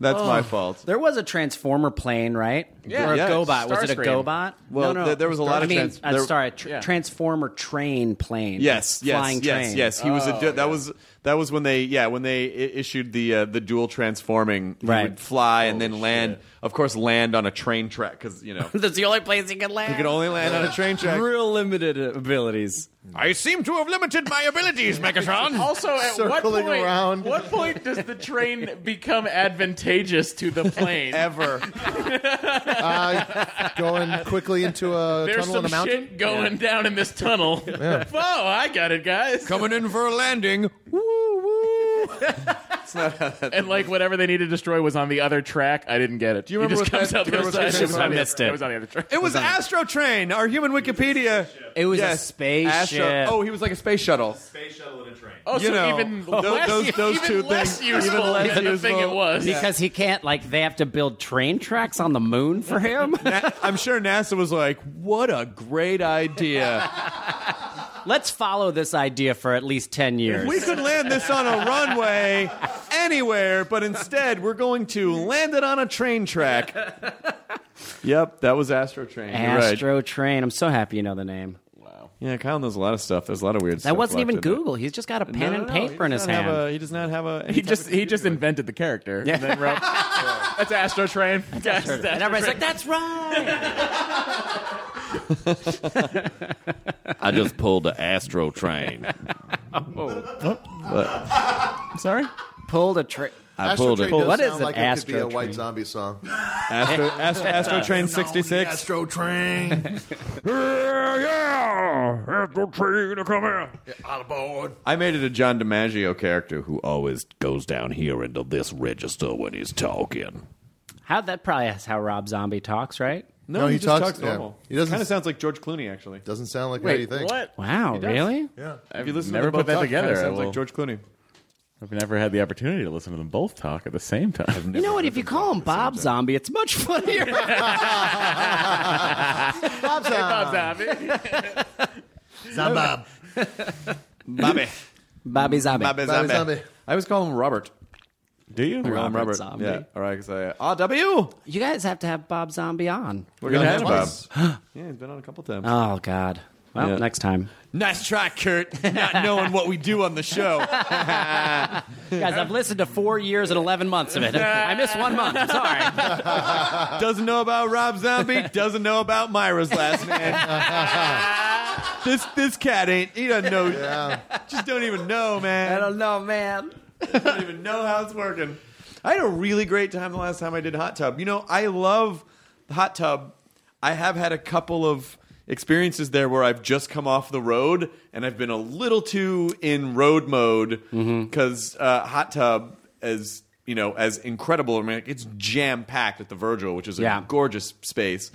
Speaker 3: That's
Speaker 6: Oh.
Speaker 3: my fault.
Speaker 6: There was a transformer plane, right?
Speaker 3: Yeah,
Speaker 6: or a
Speaker 3: yeah,
Speaker 6: GoBot. Was it a
Speaker 8: Starscream.
Speaker 6: GoBot?
Speaker 3: Well,
Speaker 6: no, no.
Speaker 3: there- there was a lot
Speaker 6: I
Speaker 3: of
Speaker 6: mean,
Speaker 3: trans-
Speaker 6: uh,
Speaker 3: there-
Speaker 6: sorry, tr-
Speaker 8: Yeah.
Speaker 6: transformer train plane.
Speaker 3: Yes, yes,
Speaker 6: flying
Speaker 3: yes,
Speaker 6: train. Oh,
Speaker 3: yes. He was a du- that was that was when they yeah when they I- issued the uh, the dual transforming. He
Speaker 6: Right.
Speaker 3: would fly and then land. Of course, land on a train track because you know
Speaker 6: That's the only place he could land.
Speaker 3: you can only land on a train track.
Speaker 6: Real limited abilities.
Speaker 3: I seem to have limited my abilities, Megatron.
Speaker 8: Also, at what
Speaker 7: Circling
Speaker 8: point?
Speaker 7: around.
Speaker 8: What point does the train become advantageous to the plane?
Speaker 3: Ever.
Speaker 7: Uh, going quickly into a
Speaker 8: There's
Speaker 7: tunnel in
Speaker 8: some
Speaker 7: a mountain.
Speaker 8: shit going down in this tunnel. Whoa, I got it, guys.
Speaker 3: Coming in for a landing. Woo woo.
Speaker 8: And like whatever they needed to destroy was on the other track. I didn't get it. Do
Speaker 3: you remember
Speaker 8: just
Speaker 3: what
Speaker 8: comes
Speaker 3: that-
Speaker 8: up
Speaker 3: there
Speaker 8: the
Speaker 3: was
Speaker 8: other
Speaker 3: a
Speaker 8: side. It was on the-
Speaker 6: missed it.
Speaker 8: It was on the other track.
Speaker 3: It was Astro Train, our human Wikipedia.
Speaker 6: It was a
Speaker 3: Yes.
Speaker 6: spaceship.
Speaker 3: Astro- oh, he was like a space shuttle.
Speaker 8: Oh,
Speaker 3: you
Speaker 8: so
Speaker 3: know,
Speaker 8: even
Speaker 3: those-
Speaker 8: less,
Speaker 3: those- those
Speaker 8: even
Speaker 3: two
Speaker 8: less
Speaker 3: things-
Speaker 8: useful
Speaker 3: even less
Speaker 8: than the thing it
Speaker 3: useful.
Speaker 8: was.
Speaker 6: Because he can't, like, they have to build train tracks on the moon for him.
Speaker 3: Na- I'm sure NASA was like, "What a great idea."
Speaker 6: Let's follow this idea for at least 10 years.
Speaker 3: We could land this on a runway anywhere, but instead we're going to land it on a train track. Yep, that was Astro Train. You're right.
Speaker 6: Astro Train. I'm so happy you know the name.
Speaker 3: Yeah, Kyle knows a lot of stuff. There's a lot of weird stuff.
Speaker 6: That wasn't
Speaker 3: locked
Speaker 6: even
Speaker 3: in there.
Speaker 6: Google. He's just got a
Speaker 3: No,
Speaker 6: pen
Speaker 3: no,
Speaker 6: and
Speaker 3: no, he
Speaker 6: paper in
Speaker 3: does
Speaker 6: his
Speaker 3: not have
Speaker 6: hand.
Speaker 3: a- he does not have a. any
Speaker 8: He
Speaker 3: type
Speaker 8: just
Speaker 3: of
Speaker 8: he
Speaker 3: computer.
Speaker 8: just invented the character. And then wrote, that's Astro Train. That's Astro
Speaker 6: and everybody's
Speaker 8: Train.
Speaker 6: like, that's right.
Speaker 9: I just pulled the Astro train.
Speaker 8: sorry.
Speaker 6: Pulled a train.
Speaker 9: I
Speaker 7: Astro
Speaker 9: pulled
Speaker 7: Train
Speaker 9: it.
Speaker 7: does
Speaker 6: What is
Speaker 7: sound
Speaker 6: an
Speaker 7: like it could be
Speaker 6: Astro
Speaker 7: a white
Speaker 6: Train?
Speaker 7: zombie song.
Speaker 3: Astro, Astro, Astro Train 66.
Speaker 9: Astro train. yeah, yeah. Astro train, come here. All aboard.
Speaker 3: I made it a John DiMaggio character who always.
Speaker 9: Goes down here into this register when he's talking.
Speaker 6: How that probably is how Rob Zombie talks, right?
Speaker 3: No,
Speaker 7: No,
Speaker 3: he,
Speaker 7: he
Speaker 3: just
Speaker 7: talks-
Speaker 3: talks
Speaker 7: yeah.
Speaker 3: normal.
Speaker 7: He doesn't-
Speaker 3: Kind of sounds like George Clooney, actually.
Speaker 7: Doesn't sound like
Speaker 8: Wait,
Speaker 7: what you think.
Speaker 8: what?
Speaker 6: Wow, really?
Speaker 3: If you listen
Speaker 8: never
Speaker 3: to them
Speaker 8: put
Speaker 3: both
Speaker 8: that
Speaker 3: talk,
Speaker 8: together,
Speaker 3: kinda
Speaker 8: I
Speaker 3: sounds
Speaker 8: will.
Speaker 3: like George Clooney.
Speaker 8: I've never had the opportunity to listen to them both talk at the same time.
Speaker 6: You know what? If you call him Bob Zombie, it's much funnier.
Speaker 7: Bob Zombie.
Speaker 9: Bob.
Speaker 3: Bobby.
Speaker 6: Bobby Zombie.
Speaker 3: Bobby
Speaker 7: Zombie.
Speaker 3: Zombie. I always call him Robert.
Speaker 8: Do you?
Speaker 3: Call him
Speaker 6: Robert
Speaker 3: Robert.
Speaker 6: Zombie.
Speaker 3: Yeah. All right. Cause I, RW.
Speaker 6: You guys have to have Bob Zombie on.
Speaker 3: We're gonna
Speaker 8: have
Speaker 3: have
Speaker 8: him.
Speaker 3: Bob. yeah, he's been on a couple times.
Speaker 6: Oh God. Well,
Speaker 3: Yeah.
Speaker 6: next time,
Speaker 3: nice try, Kurt. Not knowing what we do on the show.
Speaker 6: guys. I've listened to four years and eleven months of it. I missed one month. I'm sorry.
Speaker 3: Doesn't know about Rob Zombie. Doesn't know about Myra's last name. this this cat ain't. He doesn't know. Just don't even know, man.
Speaker 6: know, man.
Speaker 3: I don't even know how it's working. I had a really great time the last time I did hot tub. You know, I love the hot tub. I have had a couple of experiences there where I've just come off the road and I've been a little too in road mode
Speaker 6: Mm-hmm.
Speaker 3: because uh, hot tub as you know as incredible. I mean, like, it's jam packed at the Virgil, which is a
Speaker 6: Yeah.
Speaker 3: gorgeous space.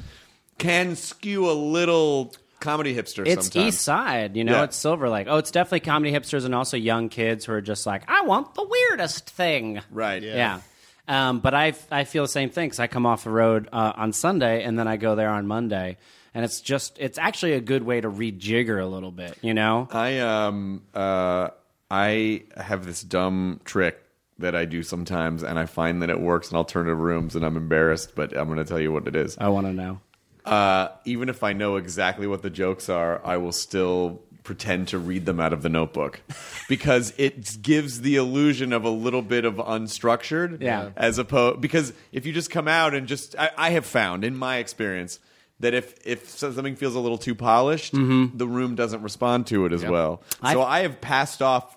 Speaker 3: Can skew a little comedy hipster.
Speaker 6: It's
Speaker 3: sometimes.
Speaker 6: East Side, you know.
Speaker 3: Yeah.
Speaker 6: It's Silver Lake. Oh, it's definitely comedy hipsters and also young kids who are just like, I want the weirdest thing.
Speaker 3: right?
Speaker 6: Yeah. Um, but I I feel the same thing because I come off the road uh, on Sunday and then I go there on Monday, and it's just it's actually a good way to rejigger a little bit, you know.
Speaker 3: I um uh I have this dumb trick that I do sometimes, and I find that it works in alternative rooms, and I'm embarrassed, but I'm going to tell you what it is.
Speaker 6: I want to know.
Speaker 3: Uh, even if I know exactly what the jokes are, I will still pretend to read them out of the notebook because it gives the illusion of a little bit of unstructured.
Speaker 6: Yeah.
Speaker 3: As opposed, because if you just come out and just, I, I have found in my experience that if if something feels a little too polished, the room doesn't respond to it as well. so I have passed off.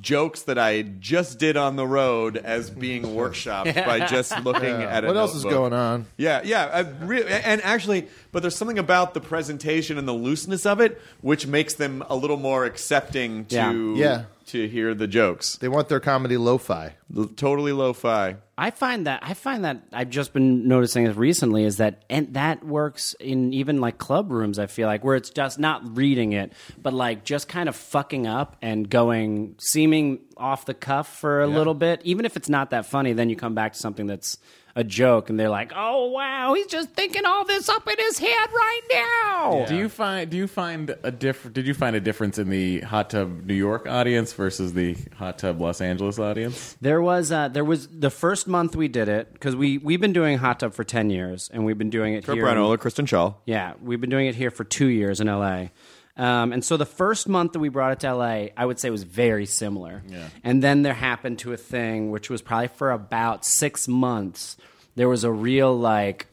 Speaker 3: Jokes that I just did on the road as being workshopped by just looking at a
Speaker 7: What else is
Speaker 3: notebook.
Speaker 7: going on?
Speaker 3: Yeah, yeah. I re- and actually, but there's something about the presentation and the looseness of it which makes them a little more accepting to
Speaker 6: Yeah.
Speaker 7: Yeah.
Speaker 3: to hear the jokes.
Speaker 7: They want their comedy lo-fi.
Speaker 3: L- Totally lo-fi.
Speaker 6: I find that I find that I've just been noticing this recently is that and that works in even like club rooms. I feel like where it's just not reading it, but like just kind of fucking up and going seeming off the cuff for a little bit, even if it's not that funny. Then you come back to something that's a joke, and they're like, "Oh wow, he's just thinking all this up in his head right now."
Speaker 8: Do you find do you find a diff? Did you find a difference in the hot tub New York audience versus the hot tub Los Angeles audience?
Speaker 6: There was uh, there was the first month we did it because we we've been doing hot tub for ten years, and we've been doing it
Speaker 3: Kurt
Speaker 6: here. in-
Speaker 3: Branola, Kristen Shaw.
Speaker 6: Yeah, we've been doing it here for two years in LA. Um, and so the first month that we brought it to LA, I would say was very similar. And then there happened to a thing, which was probably for about six months. There was a real, like,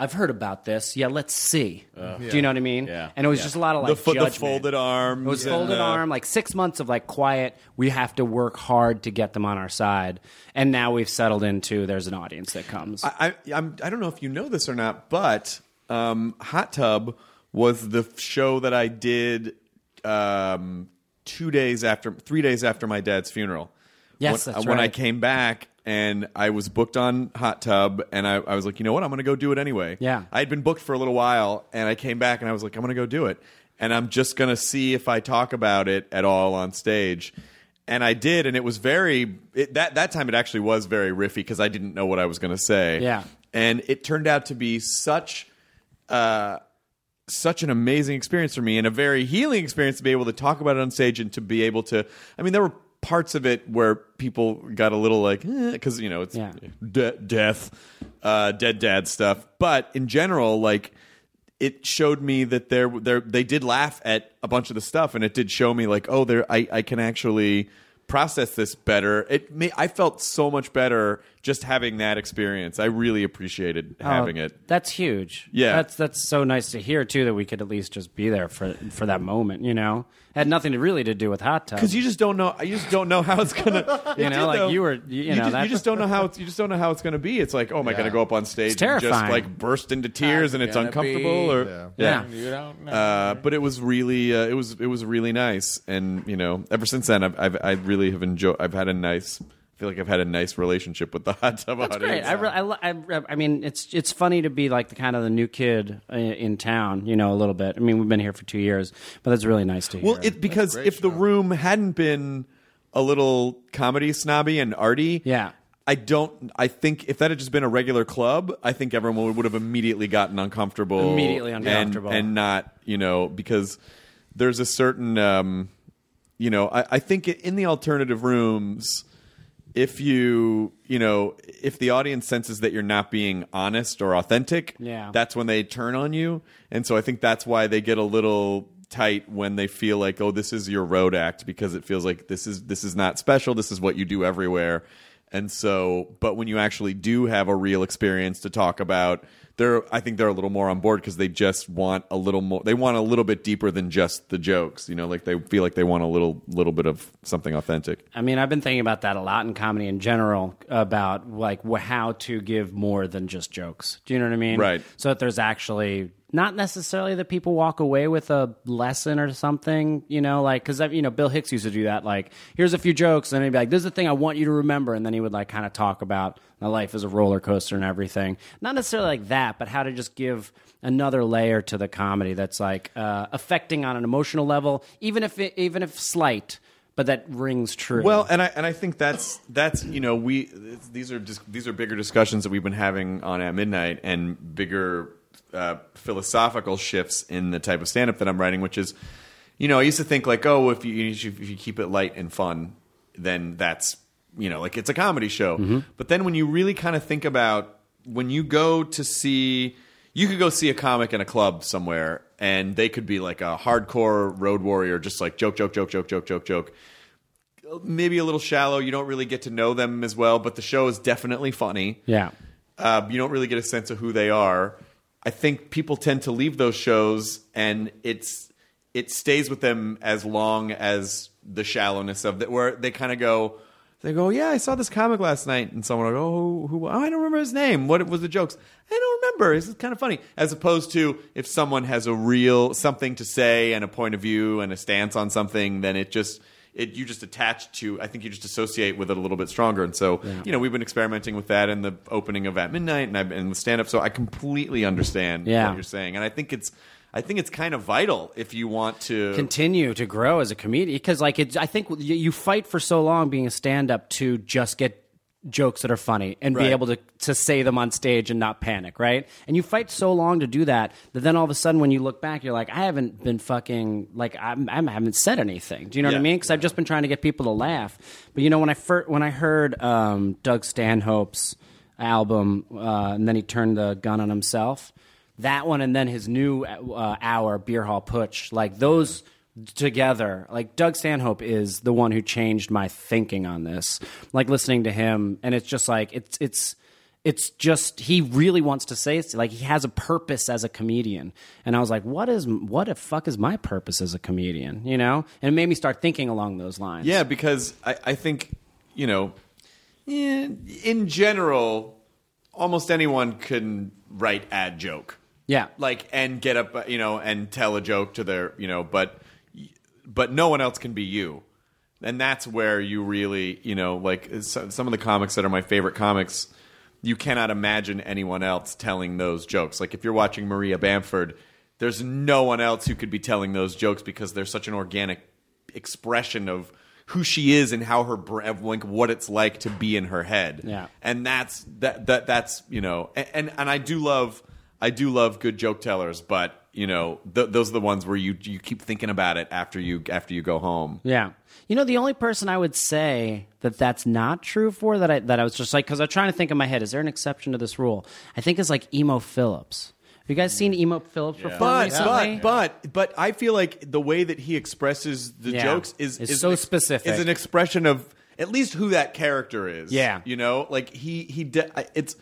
Speaker 6: I've heard about this. Yeah, let's see. Do you know what I mean?
Speaker 8: Yeah.
Speaker 6: And it was just a lot of like
Speaker 3: Uh, the, fo- the
Speaker 6: judgment.
Speaker 3: folded arm.
Speaker 6: It was folded arm, like six months of like quiet. We have to work hard to get them on our side, and now we've settled into there's an audience that comes.
Speaker 3: I, I, I'm, I don't know if you know this or not, but um, Hot Tub was the f- show that I did um, two days after, three days after my dad's funeral.
Speaker 6: Yes,
Speaker 3: when, uh,
Speaker 6: that's
Speaker 3: when I
Speaker 6: right.
Speaker 3: came back and I was booked on Hot Tub, and I, I was like, you know what, I'm going to go do it anyway.
Speaker 6: Yeah.
Speaker 3: I had been booked for a little while, and I came back and I was like, I'm going to go do it, and I'm just going to see if I talk about it at all on stage. And I did, and it was very it, that that time. It actually was very riffy because I didn't know what I was going to say.
Speaker 6: Yeah.
Speaker 3: and it turned out to be such uh, such an amazing experience for me and a very healing experience to be able to talk about it on stage and to be able to i mean there were parts of it where people got a little like because you know it's
Speaker 6: Yeah.
Speaker 3: de- death uh, dead dad stuff but in general like it showed me that there, there they did laugh at a bunch of the stuff and it did show me like oh there i, I can actually process this better it may, i felt so much better just having that experience i really appreciated having it
Speaker 6: Oh, That's huge.
Speaker 3: Yeah.
Speaker 6: that's that's so nice to hear too. That we could at least just be there for for that moment. You know, had nothing to really to do with hot tub.
Speaker 3: because you just don't know. You just don't know how it's gonna.
Speaker 6: You know,
Speaker 3: did,
Speaker 6: like
Speaker 3: though.
Speaker 6: you were- you- you know,
Speaker 3: just,
Speaker 6: that's-
Speaker 3: just don't know how it's. You just don't know how it's gonna be. It's like, oh, am I gonna go up on stage
Speaker 6: It's
Speaker 3: and just
Speaker 6: terrifying.
Speaker 3: like burst into tears and it's
Speaker 8: gonna
Speaker 3: uncomfortable,
Speaker 8: be-
Speaker 3: or
Speaker 8: Yeah.
Speaker 6: yeah.
Speaker 8: You don't know.
Speaker 3: Uh, but it was really, uh, it was, it was really nice, and you know, ever since then, I've, I've I really have enjoyed. I've had a nice. I feel like I've had a nice relationship with the hot tub
Speaker 6: That's
Speaker 3: audience.
Speaker 6: great. I, re- I, li- I, re- I mean, it's it's funny to be like the kind of the new kid i- in town, you know, a little bit. I mean, we've been here for two years, but that's really nice to hear.
Speaker 3: Well, it because if the room hadn't been a little comedy snobby and arty,
Speaker 6: Yeah.
Speaker 3: I don't. I think if that had just been a regular club, I think everyone would, would have immediately gotten uncomfortable,
Speaker 6: Immediately
Speaker 3: and-
Speaker 6: uncomfortable.
Speaker 3: and, not you know because there's a certain um, you know I, I think in the alternative rooms. If you, you know, if the audience senses that you're not being honest or authentic,
Speaker 6: Yeah.
Speaker 3: that's when they turn on you. And so I think that's why they get a little tight when they feel like, oh, this is your road act because it feels like this is this is not special. This is what you do everywhere. And so, but when you actually do have a real experience to talk about they're I think they're a little more on board because they just want a little more. They want a little bit deeper than just the jokes. You know, like they feel like they want a little little bit of something authentic.
Speaker 6: I mean, I've been thinking about that a lot in comedy in general about like wh- how to give more than just jokes. Do you know what I mean?
Speaker 3: Right.
Speaker 6: So that there's actually not necessarily that people walk away with a lesson or something, you know, like because you know Bill Hicks used to do that. Like, here's a few jokes, and then he'd be like, "This is the thing I want you to remember," and then he would like kind of talk about my life is a roller coaster and everything. Not necessarily like that, but how to just give another layer to the comedy that's like uh, affecting on an emotional level, even if it, even if slight. But that rings true.
Speaker 3: Well, and I and I think that's that's you know we these are just these are bigger discussions that we've been having on at midnight and bigger uh, philosophical shifts in the type of stand up that I'm writing, which is you know I used to think like oh if you if you if you keep it light and fun then that's you know like it's a comedy show, but then when you really kind of think about when you go to see you could go see a comic in a club somewhere and they could be like a hardcore road warrior just like joke joke joke joke joke joke joke maybe a little shallow. You don't really get to know them as well, but the show is definitely funny.
Speaker 6: yeah.
Speaker 3: Uh, you don't really get a sense of who they are. I think people tend to leave those shows, and it's it stays with them as long as the shallowness of that, where they kind of go. They go, yeah, I saw this comic last night, and someone will go, oh, who? Oh, I don't remember his name. What was the jokes? I don't remember. This is kind of funny. As opposed to if someone has a real something to say and a point of view and a stance on something, then it just it you just attach to i think you just associate with it a little bit stronger and so you know we've been experimenting with that in the opening of at midnight and i've been stand up so i completely understand
Speaker 6: Yeah.
Speaker 3: what you're saying and i think it's i think it's kind of vital if you want to
Speaker 6: continue to grow as a comedian because like it's, i think you, you fight for so long being a stand-up to just get jokes that are funny and be
Speaker 3: Right.
Speaker 6: able to, to say them on stage and not panic right and you fight so long to do that that then all of a sudden when you look back you're like i haven't been fucking like I'm, I'm, i haven't said anything do you know what i
Speaker 3: Yeah.
Speaker 6: mean because i've just been trying to get people to laugh but you know when i first when i heard um, doug stanhope's album uh, and then he turned the gun on himself that one and then his new uh, hour beer hall putsch like those together like doug stanhope is the one who changed my thinking on this like listening to him and it's just like it's it's it's just he really wants to say it's like he has a purpose as a comedian and i was like what is what the fuck is my purpose as a comedian you know and it made me start thinking along those lines
Speaker 3: Yeah, because I, I think, you know, eh, in general, almost anyone can write ad joke.
Speaker 6: Yeah.
Speaker 3: Like, and get up, you know, and tell a joke to their, you know, but, but no one else can be you. And that's where you really, you know, like uh, so- some of the comics that are my favorite comics, you cannot imagine anyone else telling those jokes. Like, if you're watching Maria Bamford, there's no one else who could be telling those jokes because they're such an organic expression of who she is and how her br- of, like what it's like to be in her head.
Speaker 6: Yeah.
Speaker 3: and that's that that that's you know, a- and and I do love I do love good joke tellers, but you know th- those are the ones where you you keep thinking about it after you after you go home.
Speaker 6: Yeah. You know, the only person I would say that that's not true for that I that I was just like because I'm trying to think in my head, is there an exception to this rule? I think is like Emo Phillips. Have you guys seen Emo Phillips perform
Speaker 3: But
Speaker 6: recently?
Speaker 3: but but but I feel like the way that he expresses the
Speaker 6: Yeah.
Speaker 3: jokes is
Speaker 6: It's
Speaker 3: is
Speaker 6: so
Speaker 3: an ex-
Speaker 6: specific.
Speaker 3: Is an expression of at least who that character is.
Speaker 6: Yeah.
Speaker 3: you know, like he he de- I- it's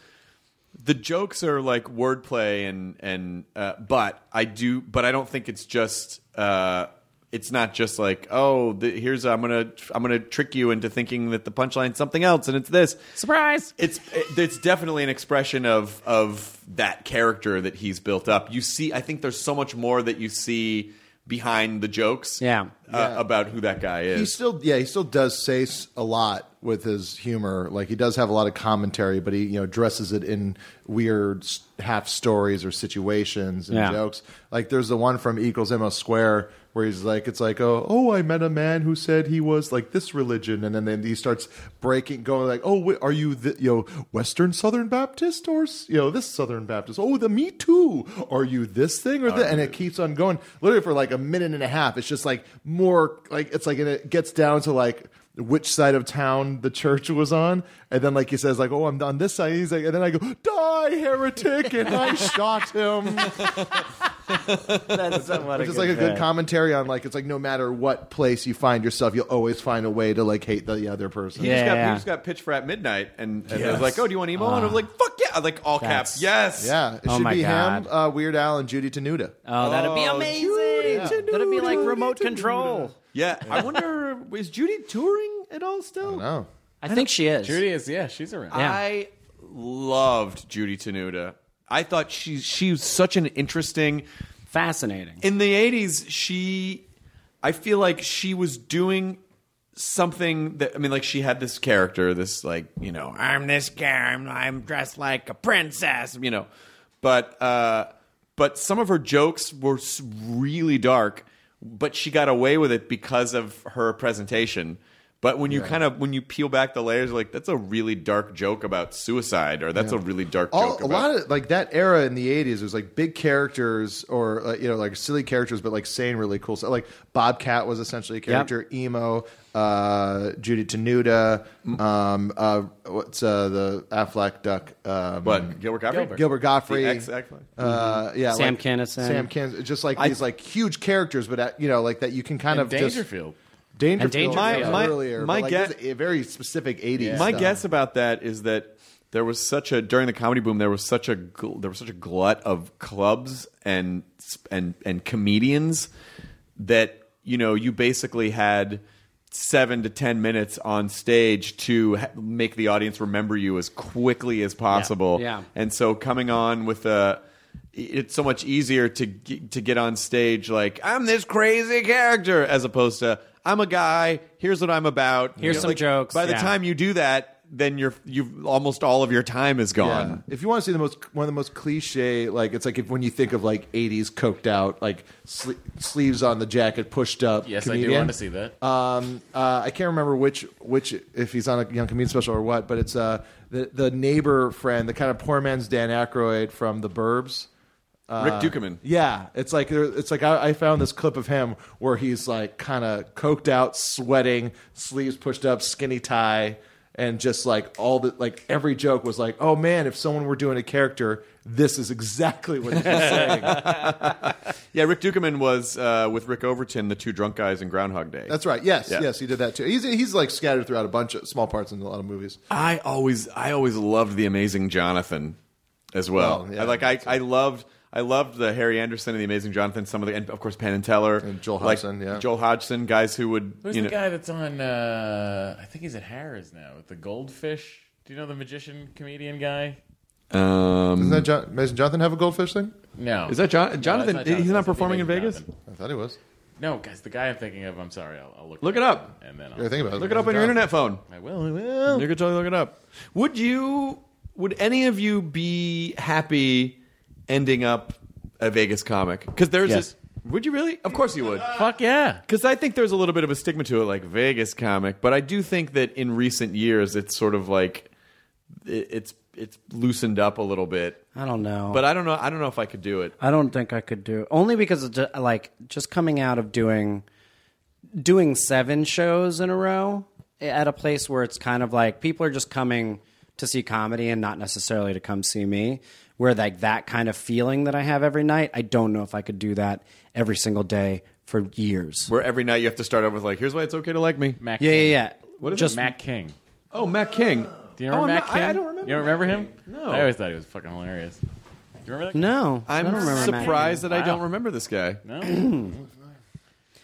Speaker 3: the jokes are like wordplay and and uh, but I do but I don't think it's just uh, it's not just like oh the, here's I'm gonna I'm gonna trick you into thinking that the punchline's something else and it's this
Speaker 6: surprise.
Speaker 3: it's it- it's definitely an expression of of that character that he's built up. You see, I think there's so much more that you see behind the jokes.
Speaker 6: Yeah.
Speaker 3: uh, about who that guy
Speaker 7: He
Speaker 3: is.
Speaker 7: still, yeah, he still does say s- a lot with his humor. Like he does have a lot of commentary, but he you know dresses it in weird s- half stories or situations and
Speaker 6: Yeah.
Speaker 7: jokes. Like there's the one from E equals mo square where he's like, it's like, oh, oh, I met a man who said he was like this religion, and then, then he starts breaking, going like, oh, wait, are you the, you know Western Southern Baptist or s- you know this Southern Baptist? Oh, the Me Too. Are you this thing or that? And it keeps on going, literally for like a minute and a half. It's just like more like it's like and it gets down to like which side of town the church was on. And then like he says, like, oh, I'm on this side. He's like, and then I go, die heretic, and I shot him.
Speaker 10: That's somewhat
Speaker 7: Which is like a good
Speaker 10: comment.
Speaker 7: commentary on like it's like no matter what place you find yourself, you'll always find a way to like hate the other person.
Speaker 3: He just, got,
Speaker 6: Yeah.
Speaker 3: he just got pitch for at midnight, and, and I
Speaker 7: Yes.
Speaker 3: was like, "Oh, do you want emo?" and I was like, "Fuck yeah!" I like all caps, yes,
Speaker 7: Yeah, it
Speaker 6: Oh
Speaker 7: should
Speaker 6: my
Speaker 7: be
Speaker 6: God.
Speaker 7: him, uh, Weird Al, and Judy Tenuta.
Speaker 6: Oh, that'd be amazing. That'd be like remote control.
Speaker 3: yeah. I wonder, is Judy touring at all still?
Speaker 7: No,
Speaker 6: I think she is.
Speaker 8: Judy is, yeah, she's around.
Speaker 6: Yeah.
Speaker 3: I loved Judy Tenuta. I thought she she was such an interesting.
Speaker 6: Fascinating.
Speaker 3: in the 80s she i feel like she was doing something that i mean like she had this character this like you know i'm this guy i'm, I'm dressed like a princess you know but uh but some of her jokes were s- really dark but she got away with it because of her presentation but when you kind of when you peel back the layers like that's a really dark joke about suicide or that's a really dark
Speaker 7: All,
Speaker 3: joke
Speaker 7: a
Speaker 3: about
Speaker 7: lot of like that era in the '80s was like big characters or uh, you know like silly characters, but like saying really cool stuff. Like Bobcat was essentially a character, emo, uh, Judy Tenuta, um, uh, what's uh, the Affleck duck? Um,
Speaker 3: but Gilbert Gottfried?
Speaker 7: Gilbert Gottfried.
Speaker 3: The ex- ex-
Speaker 7: Uh, yeah,
Speaker 6: Mm-hmm. Sam
Speaker 7: like,
Speaker 6: Kinison.
Speaker 7: Sam Kinison, just like these like huge characters, but uh, you know, like that you can kind of just
Speaker 8: Dangerfield.
Speaker 7: Dangerfield,
Speaker 6: And Dangerfield.
Speaker 7: was
Speaker 3: My- my-
Speaker 7: earlier,
Speaker 3: my
Speaker 7: but, like,
Speaker 3: guess-
Speaker 7: this is a very specific '80s.
Speaker 3: My
Speaker 7: stuff.
Speaker 3: guess about that is that there was such a during the comedy boom there was such a gl- there was such a glut of clubs and and and comedians that you know you basically had 7 to 10 minutes on stage to ha- make the audience remember you as quickly as possible
Speaker 6: Yeah.
Speaker 3: and so coming on with a it's so much easier to g- to get on stage like I'm this crazy character as opposed to I'm a guy. Here's what I'm about.
Speaker 6: Here's some jokes,
Speaker 3: By the
Speaker 6: yeah.
Speaker 3: time you do that, then you're you've almost all of your time is
Speaker 7: Yeah.
Speaker 3: gone.
Speaker 7: If you want to see the most one of the most cliche, like it's like if when you think of like '80s coked out, like sle- sleeves on the jacket, pushed up.
Speaker 8: Yes,
Speaker 7: comedian.
Speaker 8: I do want to see that.
Speaker 7: Um, uh, I can't remember which which if he's on a Young Comedian special or what, but it's uh the the neighbor friend, the kind of poor man's Dan Aykroyd from The Burbs.
Speaker 3: Rick Dukeman.
Speaker 7: Yeah, it's like there- it's like I, I found this clip of him where he's like kind of coked out, sweating, sleeves pushed up, skinny tie, and just like all the like every joke was like, oh man, if someone were doing a character, this is exactly what he's saying.
Speaker 3: Yeah, Rick Dukeman was uh, with Rick Overton, the two drunk guys in Groundhog Day.
Speaker 7: That's right. Yes,
Speaker 3: Yeah.
Speaker 7: yes, he did that too. He's he's like scattered throughout a bunch of small parts in a lot of movies.
Speaker 3: I always I always loved the Amazing Jonathan as well.
Speaker 7: Well, yeah,
Speaker 3: I, like I, I loved I loved the Harry Anderson and the Amazing Jonathan. Some of the and of course Penn and Teller
Speaker 7: And Joel
Speaker 3: like,
Speaker 7: Hodgson, yeah.
Speaker 3: Joel Hodgson, guys who would
Speaker 8: Who's
Speaker 3: you
Speaker 8: the
Speaker 3: know
Speaker 8: guy that's on? Uh, I think he's at Harris now with the goldfish. Do you know the magician comedian guy?
Speaker 7: Doesn't
Speaker 3: um,
Speaker 7: that John, Mason Jonathan have a goldfish thing?
Speaker 8: No,
Speaker 3: is that John, Jonathan?
Speaker 8: that's not Jonathan.
Speaker 3: He's not
Speaker 8: That's
Speaker 3: performing in
Speaker 8: Amazing
Speaker 3: Vegas.
Speaker 8: Jonathan.
Speaker 7: I thought he was.
Speaker 8: No, guys, the guy I'm thinking of. I'm sorry, I'll, I'll look.
Speaker 3: Look it up.
Speaker 8: and then I'll,
Speaker 7: Yeah, think about it.
Speaker 3: Look it up on your internet phone.
Speaker 8: I will. I will.
Speaker 3: You can totally look it up. Would you? Would any of you be happy ending up a Vegas comic? Because there's
Speaker 8: Yes.
Speaker 3: a, Would you really? Of course you would.
Speaker 8: Fuck yeah!
Speaker 3: Because I think there's a little bit of a stigma to it, like Vegas comic. But I do think that in recent years, it's sort of like it, it's it's loosened up a little bit.
Speaker 6: I don't know.
Speaker 3: But I don't know. I don't know if I could do it.
Speaker 6: I don't think I could do only because of, ju- like just coming out of doing doing seven shows in a row at a place where it's kind of like people are just coming to see comedy and not necessarily to come see me. Where like that kind of feeling that I have every night, I don't know if I could do that every single day for years.
Speaker 3: Where every night you have to start off with like, here's why it's okay to like me.
Speaker 8: Mac
Speaker 6: Yeah, yeah,
Speaker 8: King.
Speaker 6: yeah.
Speaker 3: What is
Speaker 6: just
Speaker 8: Matt King.
Speaker 3: Oh, Matt King.
Speaker 8: Do you remember
Speaker 3: oh, I'm
Speaker 8: Matt
Speaker 3: not-
Speaker 8: King?
Speaker 3: I, I don't remember.
Speaker 8: You don't remember him?
Speaker 3: No.
Speaker 8: I always thought he was fucking hilarious. Do you remember that?
Speaker 6: no. I
Speaker 3: I'm
Speaker 6: don't remember Matt King.
Speaker 3: surprised that I don't
Speaker 8: Wow.
Speaker 3: remember this guy.
Speaker 8: No. Matt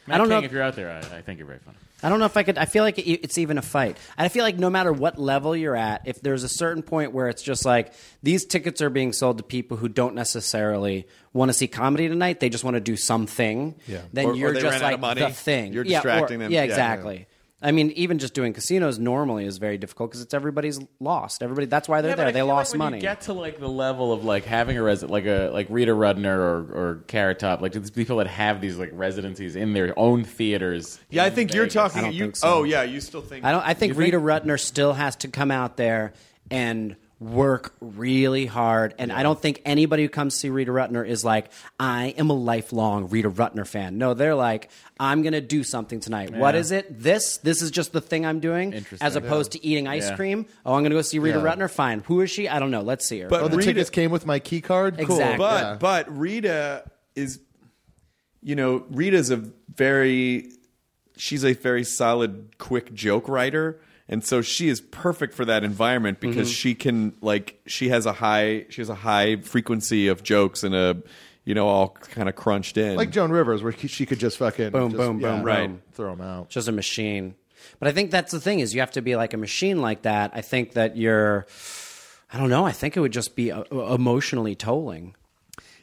Speaker 6: I don't
Speaker 8: King,
Speaker 6: know-
Speaker 8: if you're out there. I, I think you're very funny.
Speaker 6: I don't know if I could. I feel like it, it's even a fight. I feel like no matter what level you're at, if there's a certain point where it's just like these tickets are being sold to people who don't necessarily want to see comedy tonight, they just want to do something. Yeah. Then
Speaker 3: Or- or
Speaker 6: you're
Speaker 3: they
Speaker 6: just
Speaker 3: ran out
Speaker 6: like
Speaker 3: of money.
Speaker 6: the thing.
Speaker 3: You're
Speaker 6: Yeah, or-
Speaker 3: distracting them.
Speaker 6: Yeah,
Speaker 3: Yeah.
Speaker 6: exactly. I mean, even just doing casinos normally is very difficult because it's everybody's lost. Everybody. That's why they're
Speaker 8: Yeah, but
Speaker 6: there.
Speaker 8: I
Speaker 6: They
Speaker 8: feel like
Speaker 6: lost
Speaker 8: when
Speaker 6: money.
Speaker 8: You get to like the level of like having a resident, like a like Rita Rudner or or Carrot Top, like these people that have these like residencies in their own theaters.
Speaker 3: Yeah, I
Speaker 8: in
Speaker 3: think you're
Speaker 8: Vegas.
Speaker 3: talking.
Speaker 6: I don't
Speaker 3: you,
Speaker 6: think so.
Speaker 3: Oh, yeah, you still think.
Speaker 6: I don't. I think Rita Rutner still has to come out there and work really hard. And I don't think anybody who comes to see Rita Rutner is like, I am a lifelong Rita Rutner fan. No, they're like, I'm gonna do something tonight. What is it? This. This is just the thing I'm doing.
Speaker 8: Interesting.
Speaker 6: As opposed to eating ice
Speaker 8: Yeah.
Speaker 6: cream. Oh, I'm gonna go see Rita
Speaker 7: Yeah.
Speaker 6: Rutner. Fine. Who is she? I don't know. Let's see her.
Speaker 3: But
Speaker 7: Oh, the
Speaker 3: Rita-
Speaker 7: tickets came with my key card. Cool.
Speaker 6: Exactly.
Speaker 3: But
Speaker 7: Yeah.
Speaker 3: but Rita is you know Rita's a very she's a very solid quick joke writer and so she is perfect for that environment because
Speaker 7: Mm-hmm.
Speaker 3: she can like she has a high she has a high frequency of jokes and a you know all kind of crunched in
Speaker 7: like Joan Rivers, where she could just fucking
Speaker 6: Boom,
Speaker 7: just-
Speaker 6: boom, boom,
Speaker 3: right.
Speaker 7: Throw them out.
Speaker 6: just a machine. But I think that's the thing is you have to be like a machine like that. I think that you're, I don't know. I think it would just be uh, emotionally tolling.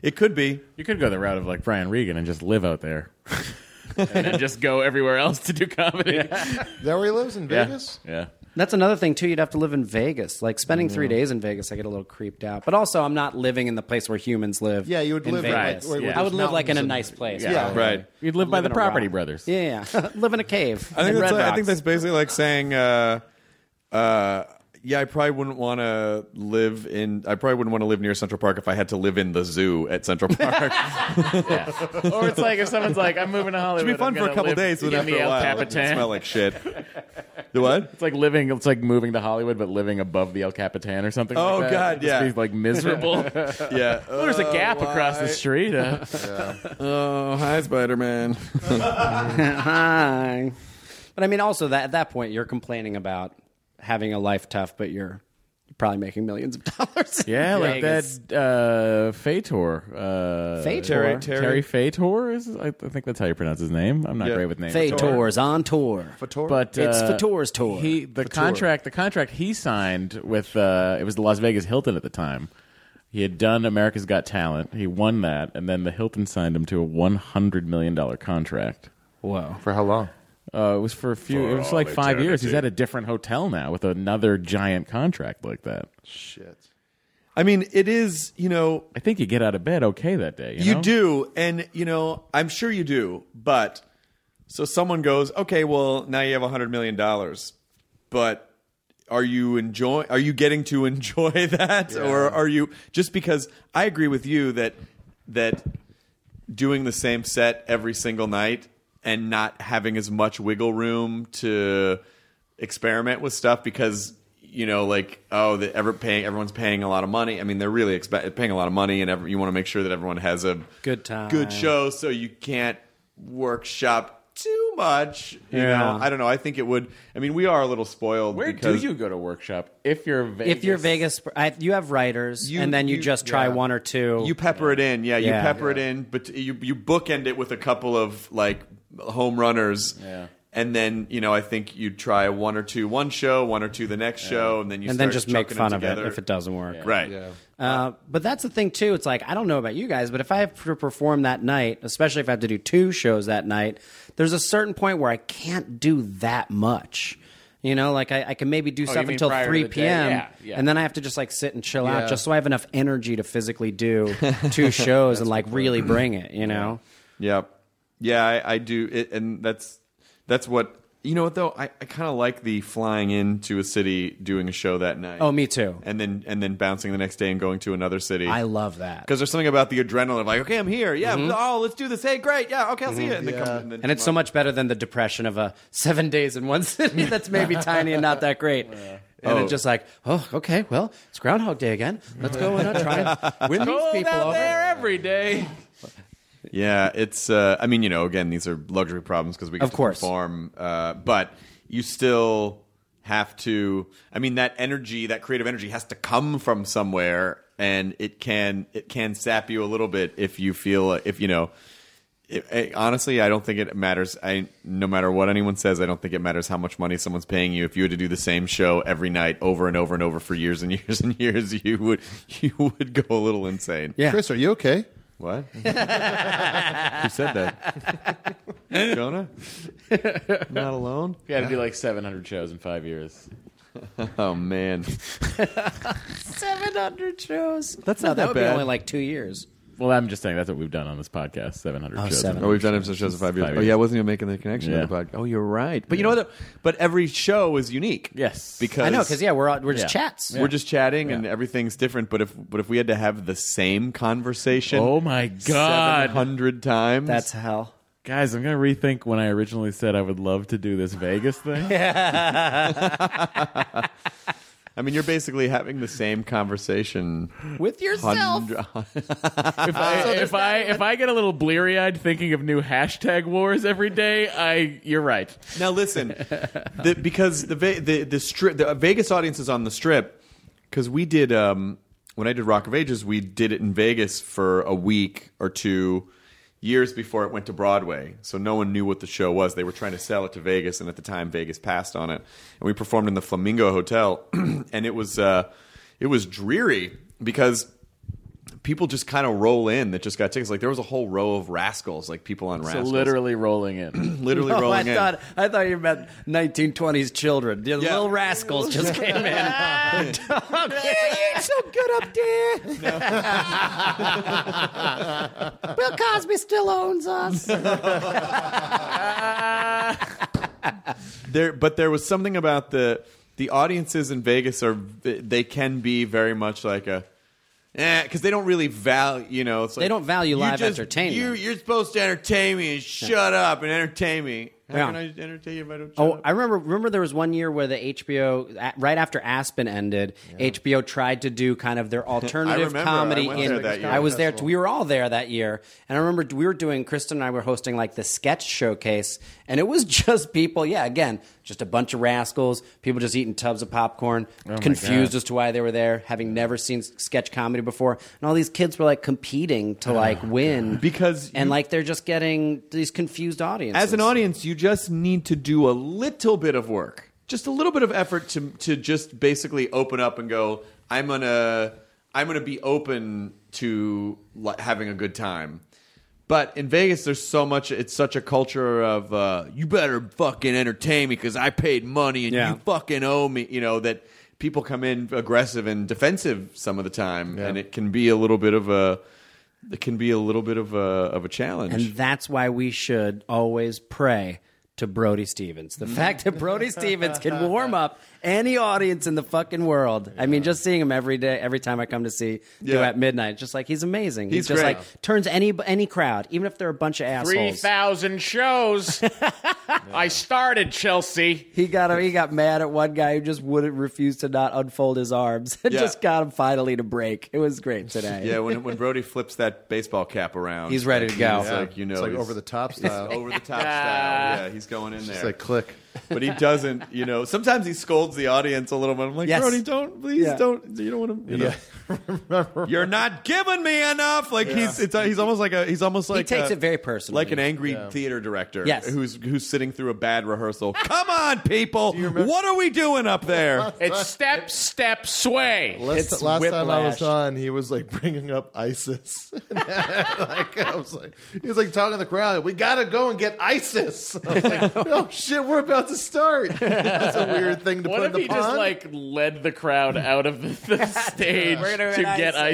Speaker 3: it could be
Speaker 8: You could go the route of like Brian Regan and just live out there, and then just go everywhere else to do comedy. Yeah,
Speaker 7: Is that where he lives in Vegas?
Speaker 8: yeah.
Speaker 6: That's another thing too. You'd have to live in Vegas. Like spending three days in Vegas, I get a little creeped out. But also, I'm not living in the place where humans live.
Speaker 7: Yeah, you would
Speaker 6: in
Speaker 7: live in,
Speaker 6: Vegas.
Speaker 7: like, where-
Speaker 8: where
Speaker 6: I would
Speaker 7: there's
Speaker 6: live like in a
Speaker 7: mountains
Speaker 6: nice place.
Speaker 7: Yeah. Yeah.
Speaker 3: right
Speaker 8: You'd live by
Speaker 6: Live
Speaker 8: the
Speaker 6: in a
Speaker 8: Property
Speaker 6: rock.
Speaker 8: Brothers.
Speaker 6: Yeah, yeah. live in a cave.
Speaker 3: I think,
Speaker 6: in
Speaker 3: that's,
Speaker 6: Red
Speaker 3: I think
Speaker 6: Rocks.
Speaker 3: that's basically like saying, uh, uh, yeah, I probably wouldn't want to live in. I probably wouldn't want to live near Central Park if I had to live in the zoo at Central Park.
Speaker 8: or it's like if someone's like, "I'm moving to Hollywood."
Speaker 3: It'd be fun
Speaker 8: I'm
Speaker 3: for a
Speaker 8: gonna
Speaker 3: couple
Speaker 8: live
Speaker 3: days, but
Speaker 8: in
Speaker 3: after
Speaker 8: the
Speaker 3: a
Speaker 8: El
Speaker 3: while, it'd
Speaker 8: Capitan.
Speaker 3: smell like shit. The what?
Speaker 8: It's like living. It's like moving to Hollywood, but living above the El Capitan or something.
Speaker 3: Oh,
Speaker 8: like that.
Speaker 3: God,
Speaker 8: It'd just
Speaker 3: yeah.
Speaker 8: be, like miserable.
Speaker 3: Yeah. Oh,
Speaker 8: There's a gap across the street. Uh,
Speaker 3: Oh, hi, Spider Man.
Speaker 6: Hi. But I mean, also that at that point, you're complaining about having a life tough, but you're probably making millions of dollars. in
Speaker 8: yeah, like
Speaker 6: Vegas.
Speaker 8: that uh, Fator. Uh,
Speaker 6: Fator.
Speaker 8: Terry,
Speaker 3: Terry-
Speaker 8: Terry Fator is. I I think that's how you pronounce his name. I'm not
Speaker 3: Yeah.
Speaker 8: great with names.
Speaker 6: Fator's on tour.
Speaker 7: Fator?
Speaker 8: But
Speaker 6: It's
Speaker 8: uh,
Speaker 6: Fator's tour.
Speaker 8: He the contract the contract he signed with uh, it was the Las Vegas Hilton at the time. He had done America's Got Talent. He won that, and then the Hilton signed him to a one hundred million dollar contract.
Speaker 6: Whoa.
Speaker 7: for how long?
Speaker 8: Uh, it was for a few. it was like five years. He's at a different hotel now with another giant contract like that.
Speaker 7: Shit.
Speaker 3: I mean, it is, you know,
Speaker 8: I think you get out of bed okay that day. You,
Speaker 3: You,
Speaker 8: know?
Speaker 3: do, and you know, I'm sure you do, but so someone goes, okay, well, now you have a hundred million dollars, but are you enjoy? Are you getting to enjoy that, or are you just because? I agree with you that that doing the same set every single night and not having as much wiggle room to experiment with stuff because you know like oh the ever paying everyone's paying a lot of money i mean they're really expe- paying a lot of money and every, you want to make sure that everyone has a
Speaker 6: Good time.
Speaker 3: good show so you can't workshop too much you
Speaker 6: Yeah.
Speaker 3: know i don't know i think it would i mean we are a little spoiled
Speaker 8: Where
Speaker 3: because
Speaker 8: do you go to workshop if you're Vegas?
Speaker 6: If you're Vegas, I, you have writers,
Speaker 3: You-
Speaker 6: and then you,
Speaker 3: you-
Speaker 6: just try
Speaker 3: yeah.
Speaker 6: one or two.
Speaker 3: you pepper it in yeah you
Speaker 6: Yeah.
Speaker 3: pepper it in but you you bookend it with a couple of like home runners
Speaker 8: Yeah.
Speaker 3: and then you know i think you try one or two one show one or two the next show and then you
Speaker 6: and
Speaker 3: start
Speaker 6: then just make
Speaker 3: chucking them
Speaker 6: fun of it
Speaker 3: together.
Speaker 6: if it doesn't work.
Speaker 3: right
Speaker 6: Uh, but that's the thing too. It's like I don't know about you guys, but if I have to perform that night, especially if I have to do two shows that night, there's a certain point where I can't do that much. You know, like I, I can maybe do stuff
Speaker 8: mean
Speaker 6: until
Speaker 8: prior to
Speaker 6: three
Speaker 8: the day.
Speaker 6: p.m.
Speaker 8: Yeah, yeah.
Speaker 6: and then I have to just like sit and chill out,
Speaker 7: Yeah.
Speaker 6: just so I have enough energy to physically do two shows and like really bring it. You know,
Speaker 3: Yep. Yeah, I, I do, it, and that's that's what you know. What though, I, I kind of like the flying into a city, doing a show that night.
Speaker 6: Oh, me too.
Speaker 3: And then and then bouncing the next day and going to another city.
Speaker 6: I love that.
Speaker 3: because there's something about the adrenaline of like, okay, I'm here. Yeah. Oh, let's do this. Hey, great. Yeah. Okay, I'll see you. And, then come, and, then
Speaker 6: Mm-hmm. And it's so much better than the depression of a seven days in one city that's maybe tiny and not that great. And
Speaker 3: Oh.
Speaker 6: it's just like, oh, okay, well, it's Groundhog Day again. Let's go and I'll try and win these people over.
Speaker 8: every day.
Speaker 3: Yeah, it's. Uh, I mean, you know, again, these are luxury problems because we get
Speaker 6: Of
Speaker 3: to
Speaker 6: course.
Speaker 3: perform, uh, but you still have to. I mean, that energy, that creative energy, has to come from somewhere, and it can it can sap you a little bit if you feel if you know. It, it- honestly, I don't think it matters. I no matter what anyone says, I don't think it matters how much money someone's paying you. If you had to do the same show every night over and over and over for years and years and years, you would you would go a little insane.
Speaker 6: Yeah.
Speaker 7: Chris, are you okay?
Speaker 3: What? Who said that? Jonah? Not alone?
Speaker 8: You got to do like 700 shows in five years.
Speaker 3: Oh man.
Speaker 6: 700 shows.
Speaker 3: That's
Speaker 6: no,
Speaker 3: not
Speaker 6: that
Speaker 3: that
Speaker 6: would be
Speaker 3: bad.
Speaker 6: only like two years.
Speaker 8: Well, I'm just saying that's what we've done on this podcast. 700
Speaker 6: Oh,
Speaker 8: shows.
Speaker 6: seven.
Speaker 3: Oh, we've done episode shows in five years.
Speaker 8: Five
Speaker 3: Oh yeah, I
Speaker 8: years.
Speaker 3: wasn't even making the connection
Speaker 8: Yeah.
Speaker 3: to the podcast. Oh, you're right. But you know what? though? But every show is unique.
Speaker 8: Yes.
Speaker 3: Because
Speaker 6: I know, because, yeah, we're, all, we're just
Speaker 8: Yeah.
Speaker 6: chats.
Speaker 3: we're just chatting and everything's different. But if but if we had to have the same conversation,
Speaker 8: Oh my
Speaker 3: seven
Speaker 8: god,
Speaker 3: hundred times.
Speaker 6: That's hell.
Speaker 8: guys! I'm gonna rethink when I originally said I would love to do this Vegas thing.
Speaker 3: I mean, you're basically having the same conversation
Speaker 6: with yourself.
Speaker 3: hundred-
Speaker 8: If I if I if I get a little bleary eyed thinking of new hashtag wars every day, I you're right.
Speaker 3: Now listen, the, because the Ve- the the strip the Vegas audiences on the strip because we did um, when I did Rock of Ages we did it in Vegas for a week or two years before it went to Broadway so no one knew what the show was they were trying to sell it to Vegas and at the time Vegas passed on it and we performed in the Flamingo Hotel and it was uh, it was dreary because people just kind of roll in that just got tickets like there was a whole row of rascals like people on
Speaker 8: So
Speaker 3: rascals
Speaker 8: literally rolling in.
Speaker 3: literally
Speaker 6: Oh,
Speaker 3: rolling
Speaker 6: I
Speaker 3: in
Speaker 6: thought I thought you meant 1920s children. The little rascals just came in. it's so good up there. Bill Cosby still owns us.
Speaker 3: there but there was something about the the audiences in Vegas are they can be very much like a because they don't really value you know it's like,
Speaker 6: They don't value
Speaker 3: you
Speaker 6: live
Speaker 3: just-
Speaker 6: entertainment.
Speaker 3: you, you're supposed to entertain me and shut up and entertain me how
Speaker 6: Yeah.
Speaker 3: can I entertain you if I don't shut
Speaker 6: Oh,
Speaker 3: up?
Speaker 6: I remember. Remember, there was one year where the HBO, a- right after Aspen ended, HBO tried to do kind of their alternative
Speaker 3: remember. I
Speaker 6: comedy.
Speaker 3: went
Speaker 6: in
Speaker 3: there that year.
Speaker 6: I was there. We were all there that year, and I remember we were doing. Kristen and I were hosting like the sketch showcase, and it was just people. Yeah, again, just a bunch of rascals. People just eating tubs of popcorn,
Speaker 3: Oh
Speaker 6: confused as to why they were there, having never seen s- sketch comedy before, and all these kids were like competing to like win
Speaker 3: Oh, Because
Speaker 6: and
Speaker 3: you-
Speaker 6: like they're just getting these confused audiences
Speaker 3: as an audience you just need to do a little bit of work just a little bit of effort to to just basically open up and go i'm gonna i'm gonna be open to li- having a good time but in Vegas, there's so much. It's such a culture of uh, you better fucking entertain me because I paid money and
Speaker 6: Yeah.
Speaker 3: you fucking owe me. You know that people come in aggressive and defensive some of the time, and it can be a little bit of a it can be a little bit of a of a challenge.
Speaker 6: And that's why we should always pray to Brody Stevens. The fact that Brody Stevens can warm up any audience in the fucking world. I mean, just seeing him every day, every time I come to see you
Speaker 3: Yeah.
Speaker 6: at midnight, just like he's amazing.
Speaker 3: He's
Speaker 6: just
Speaker 3: great.
Speaker 6: like turns any any crowd, even if they're a bunch of
Speaker 8: Three
Speaker 6: assholes.
Speaker 8: thousand shows. I started Chelsea.
Speaker 6: He got he got mad at one guy who just wouldn't refuse to not unfold his arms. It
Speaker 3: Yeah.
Speaker 6: just got him finally to break. It was great today.
Speaker 3: Yeah, when when Brody flips that baseball cap around,
Speaker 6: He's ready to go.
Speaker 3: It's like you know,
Speaker 7: it's like
Speaker 3: he's-
Speaker 7: over the top
Speaker 3: it's
Speaker 7: style.
Speaker 3: over the top style. Yeah, he's going in there.
Speaker 7: It's like click.
Speaker 3: but he doesn't. You know, sometimes he scolds the audience a little bit. I'm like,
Speaker 6: Yes.
Speaker 3: Brody, don't please
Speaker 6: Yeah.
Speaker 3: don't. You don't want to. You know, you're not giving me enough. Like he's it's, he's almost like a he's almost like
Speaker 6: takes
Speaker 3: a-
Speaker 6: it very personally.
Speaker 3: like an angry theater director.
Speaker 6: Yes.
Speaker 3: who's who's sitting through a bad rehearsal. Come on, people, what are we doing up there?
Speaker 8: It's step, step, sway.
Speaker 7: Last,
Speaker 6: It's
Speaker 7: last time I was
Speaker 6: whiplash.
Speaker 7: on, he was like bringing up ISIS. like I was like, he was like talking to the crowd. We gotta go and get ISIS. I was like, oh shit, we're about to start. That's a weird thing to
Speaker 8: What
Speaker 7: put
Speaker 8: if
Speaker 7: in the
Speaker 8: he
Speaker 7: pond.
Speaker 8: just like led the crowd out of the, the stage
Speaker 6: We're gonna
Speaker 8: to
Speaker 6: win
Speaker 8: get ISIS?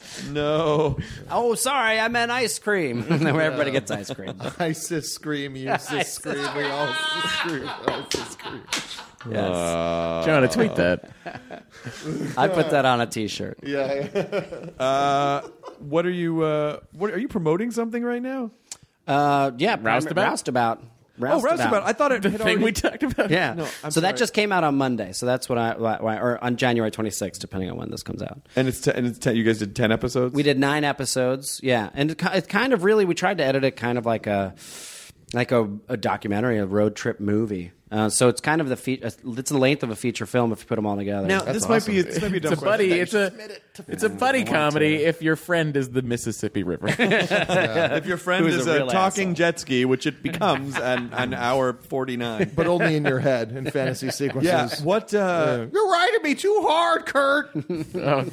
Speaker 6: ISIS.
Speaker 3: No,
Speaker 6: oh, sorry, I meant ice cream. Where everybody gets ice cream.
Speaker 7: ISIS scream, ISIS scream, we all scream, ISIS scream.
Speaker 6: Yes.
Speaker 3: Uh.
Speaker 8: Jonah, tweet that.
Speaker 6: I put that on a T-shirt.
Speaker 7: Yeah.
Speaker 3: what are you? Uh, what are you promoting something right now?
Speaker 6: Uh, yeah, prim-
Speaker 8: Roustabout?
Speaker 6: Roustabout.
Speaker 3: Oh, Roustabout. I thought it
Speaker 8: The
Speaker 3: had
Speaker 8: thing
Speaker 3: already-
Speaker 8: we talked about.
Speaker 6: yeah.
Speaker 3: I'm
Speaker 6: so
Speaker 3: sorry.
Speaker 6: that just came out on Monday. So that's what I why, why- or on January 26th, depending on when this comes out.
Speaker 3: And it's, t- and it's ten, you guys did ten episodes.
Speaker 6: We did nine episodes. Yeah, and it, ki- it kind of really we tried to edit it kind of like a like a, a documentary, a road trip movie. Uh, so it's kind of the fe- it's the length of a feature film if you put them all together.
Speaker 3: Now this might be this might be a
Speaker 8: It's
Speaker 3: dumb
Speaker 8: a buddy.
Speaker 3: question.
Speaker 8: It's a it's a buddy comedy. If your friend is the Mississippi River,
Speaker 3: If your friend
Speaker 6: Who is
Speaker 3: is
Speaker 6: a
Speaker 3: a,
Speaker 6: real
Speaker 3: talking
Speaker 6: asshole.
Speaker 3: jet ski, which it becomes an, an hour forty nine.
Speaker 7: But only in your head in fantasy sequences.
Speaker 3: Yeah. What? Uh,
Speaker 7: You're riding me too hard, Kurt.
Speaker 8: oh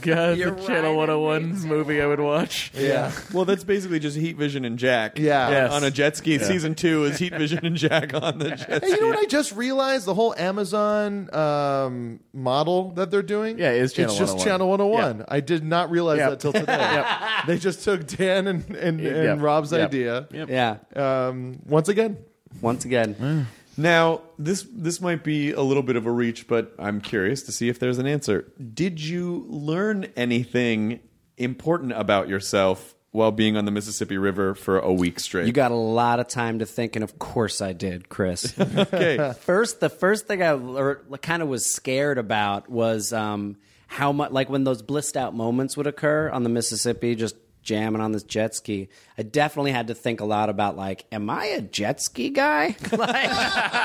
Speaker 8: god, the Channel 101's movie I would watch.
Speaker 7: Yeah.
Speaker 3: Well, that's basically just Heat Vision and Jack.
Speaker 7: Yeah.
Speaker 3: on-
Speaker 7: Yes.
Speaker 3: On a jet ski. Season two is Heat Vision and Jack on the jet
Speaker 7: Hey,
Speaker 3: ski.
Speaker 7: you know what I just realized? The whole Amazon um, model that they're doing?
Speaker 8: Yeah, it is Channel
Speaker 7: It's just
Speaker 8: 101.
Speaker 7: Channel 101.
Speaker 8: Yeah.
Speaker 7: I did not realize
Speaker 8: Yep.
Speaker 7: that till today. They just took Dan and, and, and
Speaker 8: Yep.
Speaker 7: Rob's
Speaker 8: Yep.
Speaker 7: idea.
Speaker 6: yeah,
Speaker 7: Um, once again,
Speaker 6: once again,
Speaker 3: Now this this might be a little bit of a reach, but I'm curious to see if there's an answer. Did you learn anything important about yourself while being on the Mississippi River for a week straight.
Speaker 6: You got a lot of time to think, and of course I did, Chris.
Speaker 3: okay.
Speaker 6: first, the first thing I kind of was scared about was um, how much, like when those blissed out moments would occur on the Mississippi, just jamming on this jet ski. I definitely had to think a lot about, like, am I a jet ski guy?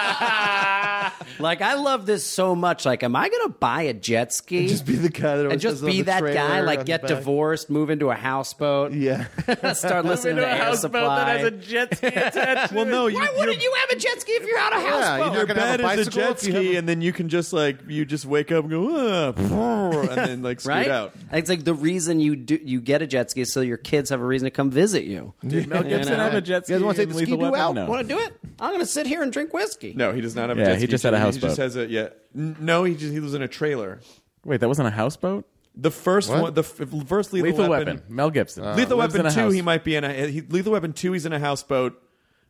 Speaker 6: like, like, I love this so much. Like, am I going to buy a jet ski?
Speaker 7: just be the guy that
Speaker 6: and
Speaker 7: always
Speaker 6: just
Speaker 7: says on
Speaker 6: be
Speaker 7: the
Speaker 6: that guy,
Speaker 7: trailer on
Speaker 6: like
Speaker 7: the
Speaker 6: get
Speaker 7: back.
Speaker 6: divorced, move into a houseboat,
Speaker 7: Yeah.
Speaker 6: start listening to Air Supply.
Speaker 8: jet ski attached.
Speaker 3: Well, no, you,
Speaker 6: Why wouldn't you have a jet ski if you're out of house?
Speaker 7: Yeah, you're
Speaker 3: Your
Speaker 7: not gonna
Speaker 3: bed
Speaker 7: have a
Speaker 3: is a
Speaker 7: bicycle
Speaker 3: jet
Speaker 7: if you have
Speaker 3: ski,
Speaker 7: a-
Speaker 3: and then you can just like you just wake up and go, ah, and then like scoot
Speaker 6: right?
Speaker 3: out.
Speaker 6: It's like the reason you do you get a jet ski is so your kids have a reason to come visit you.
Speaker 8: Did Mel Gibson have a jet ski?
Speaker 7: You guys wanna take
Speaker 8: in
Speaker 7: the
Speaker 8: Lethal
Speaker 7: Ski-Doo
Speaker 8: Weapon?
Speaker 7: out?
Speaker 8: No.
Speaker 6: Want to do it? I'm going to sit here and drink whiskey.
Speaker 3: No, he does not have. a
Speaker 8: Yeah,
Speaker 3: jet
Speaker 8: he
Speaker 3: ski,
Speaker 8: just had a
Speaker 3: He just
Speaker 8: houseboat.
Speaker 3: has a yeah. N- No, he just he lives in a trailer.
Speaker 8: Wait, that wasn't a houseboat.
Speaker 3: The first
Speaker 7: What?
Speaker 3: one, the f- first lethal,
Speaker 8: Lethal Weapon. Mel Gibson.
Speaker 6: Uh,
Speaker 3: Lethal
Speaker 8: Lives in
Speaker 3: Weapon
Speaker 8: a
Speaker 3: Two,
Speaker 8: house.
Speaker 3: he might be in a he, Lethal Weapon Two. He's in a houseboat.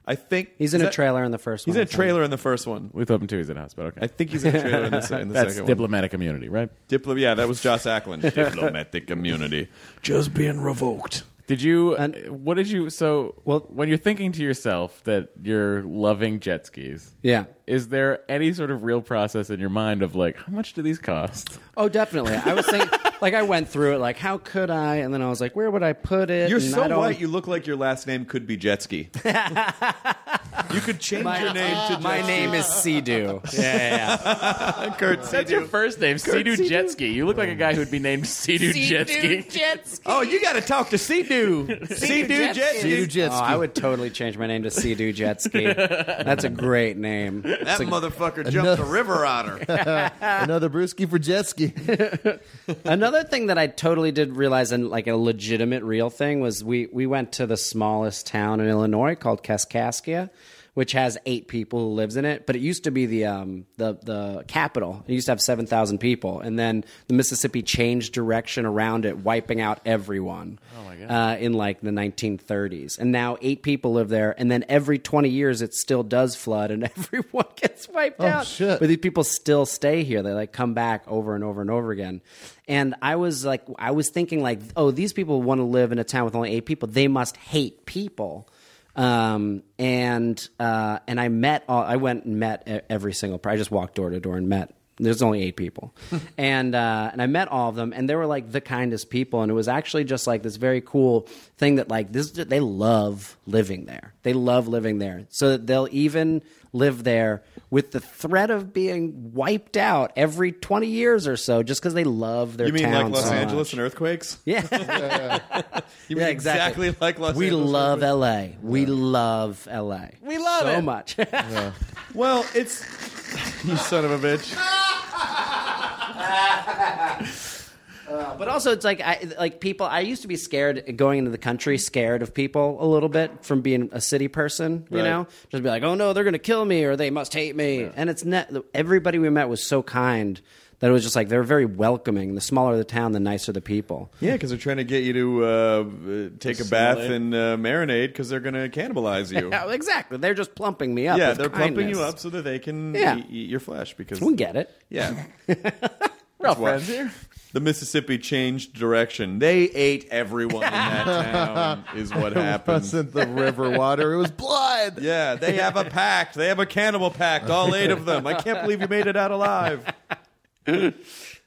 Speaker 3: I think
Speaker 6: He's in
Speaker 3: is
Speaker 6: a
Speaker 3: that-
Speaker 6: trailer in the first
Speaker 3: He's in
Speaker 6: one,
Speaker 3: a
Speaker 6: I think.
Speaker 3: trailer in the first one.
Speaker 8: Lethal Weapon Two is in a houseboat. Okay,
Speaker 3: I think he's in a trailer in the, se- in the
Speaker 8: that's
Speaker 3: second one.
Speaker 8: diplomatic immunity, right?
Speaker 3: Diplo- yeah, that was Joss Ackland. Diplomatic immunity. Just being revoked.
Speaker 8: Did you? uh, what did you? So, well, when you're thinking to yourself that you're loving jet skis,
Speaker 6: Yeah.
Speaker 8: is there any sort of real process in your mind of like, how much do these cost?
Speaker 6: Oh, definitely. I was thinking, like, I went through it, like, how could I? And then I was like, where would I put it?
Speaker 3: You're
Speaker 6: And
Speaker 3: so
Speaker 6: I don't-
Speaker 3: white, you look like your last name could be Jetski. you could change
Speaker 6: My,
Speaker 3: your name to
Speaker 6: my name is Sea-Doo. Yeah, yeah, yeah.
Speaker 3: Kurt
Speaker 8: That's your first name, Sea-Doo Jetski. You look like a guy who'd be named Sea-Doo Jetski.
Speaker 3: Oh, you got to talk to Sea-Doo. Sea-Doo
Speaker 7: Sea-Doo
Speaker 3: Jetski.
Speaker 7: Jet
Speaker 6: Oh,
Speaker 7: Ski.
Speaker 6: I would totally change my name to Sea-Doo Jet Ski. That's a great name.
Speaker 3: That motherfucker jumped a river otter.
Speaker 6: Ah.
Speaker 7: Another brewski for jet ski.
Speaker 6: Another thing that I totally did realize, and like a legitimate real thing, was we we went to the smallest town in Illinois called Kaskaskia, which has eight people who lives in it. But it used to be the um the the capital. It used to have seven thousand people, and then the Mississippi changed direction around it, wiping out everyone. Oh my god! Uh, in like the 1930s, and now eight people live there, and then every 20 years it still does flood, and everyone gets wiped
Speaker 7: Oh,
Speaker 6: out.
Speaker 7: shit.
Speaker 6: But these people still stay here. They like come back over and over and over again. And I was like, I was thinking like, oh, these people want to live in a town with only eight people. They must hate people. Um, and uh, and I met all. I went and met e- every single. per- I just walked door to door and met. There's only eight people, and uh, and I met all of them, and they were like the kindest people, and it was actually just like this very cool thing that like this they love living there, they love living there, so that they'll even live there with the threat of being wiped out every 20 years or so just because they love their
Speaker 3: You mean
Speaker 6: town
Speaker 3: like Los
Speaker 6: so
Speaker 3: Angeles
Speaker 6: much.
Speaker 3: and earthquakes?
Speaker 6: yeah
Speaker 3: You mean
Speaker 6: Yeah, exactly.
Speaker 3: exactly like Los
Speaker 6: we
Speaker 3: Angeles
Speaker 6: love la we love la we love so much
Speaker 3: Well, it's you son of a bitch.
Speaker 6: But also, it's like I like people. I used to be scared going into the country, scared of people a little bit from being a city person. You
Speaker 3: Right.
Speaker 6: know, just be like, oh no, they're gonna kill me or they must hate me. And it's not. Everybody we met was so kind that it was just like they're very welcoming. The smaller the town, the nicer the people.
Speaker 3: Yeah, because they're trying to get you to uh, uh, take a bath
Speaker 8: Assimilate.
Speaker 3: and uh, marinade because they're going to cannibalize you.
Speaker 6: Yeah, Oh, exactly. They're just plumping me up.
Speaker 3: yeah,
Speaker 6: with
Speaker 3: they're pumping
Speaker 6: kindness.
Speaker 3: you up so that they can
Speaker 6: Yeah.
Speaker 3: e- eat your flesh because
Speaker 6: We get it.
Speaker 3: yeah,
Speaker 8: We're all
Speaker 3: That's why-
Speaker 8: friends here.
Speaker 3: The Mississippi changed direction. They ate everyone in that town, is what
Speaker 7: it
Speaker 3: happened.
Speaker 7: wasn't the river water. It was blood.
Speaker 3: Yeah, they have a pact. They have a cannibal pact. All eight of them. I can't believe you made it out alive.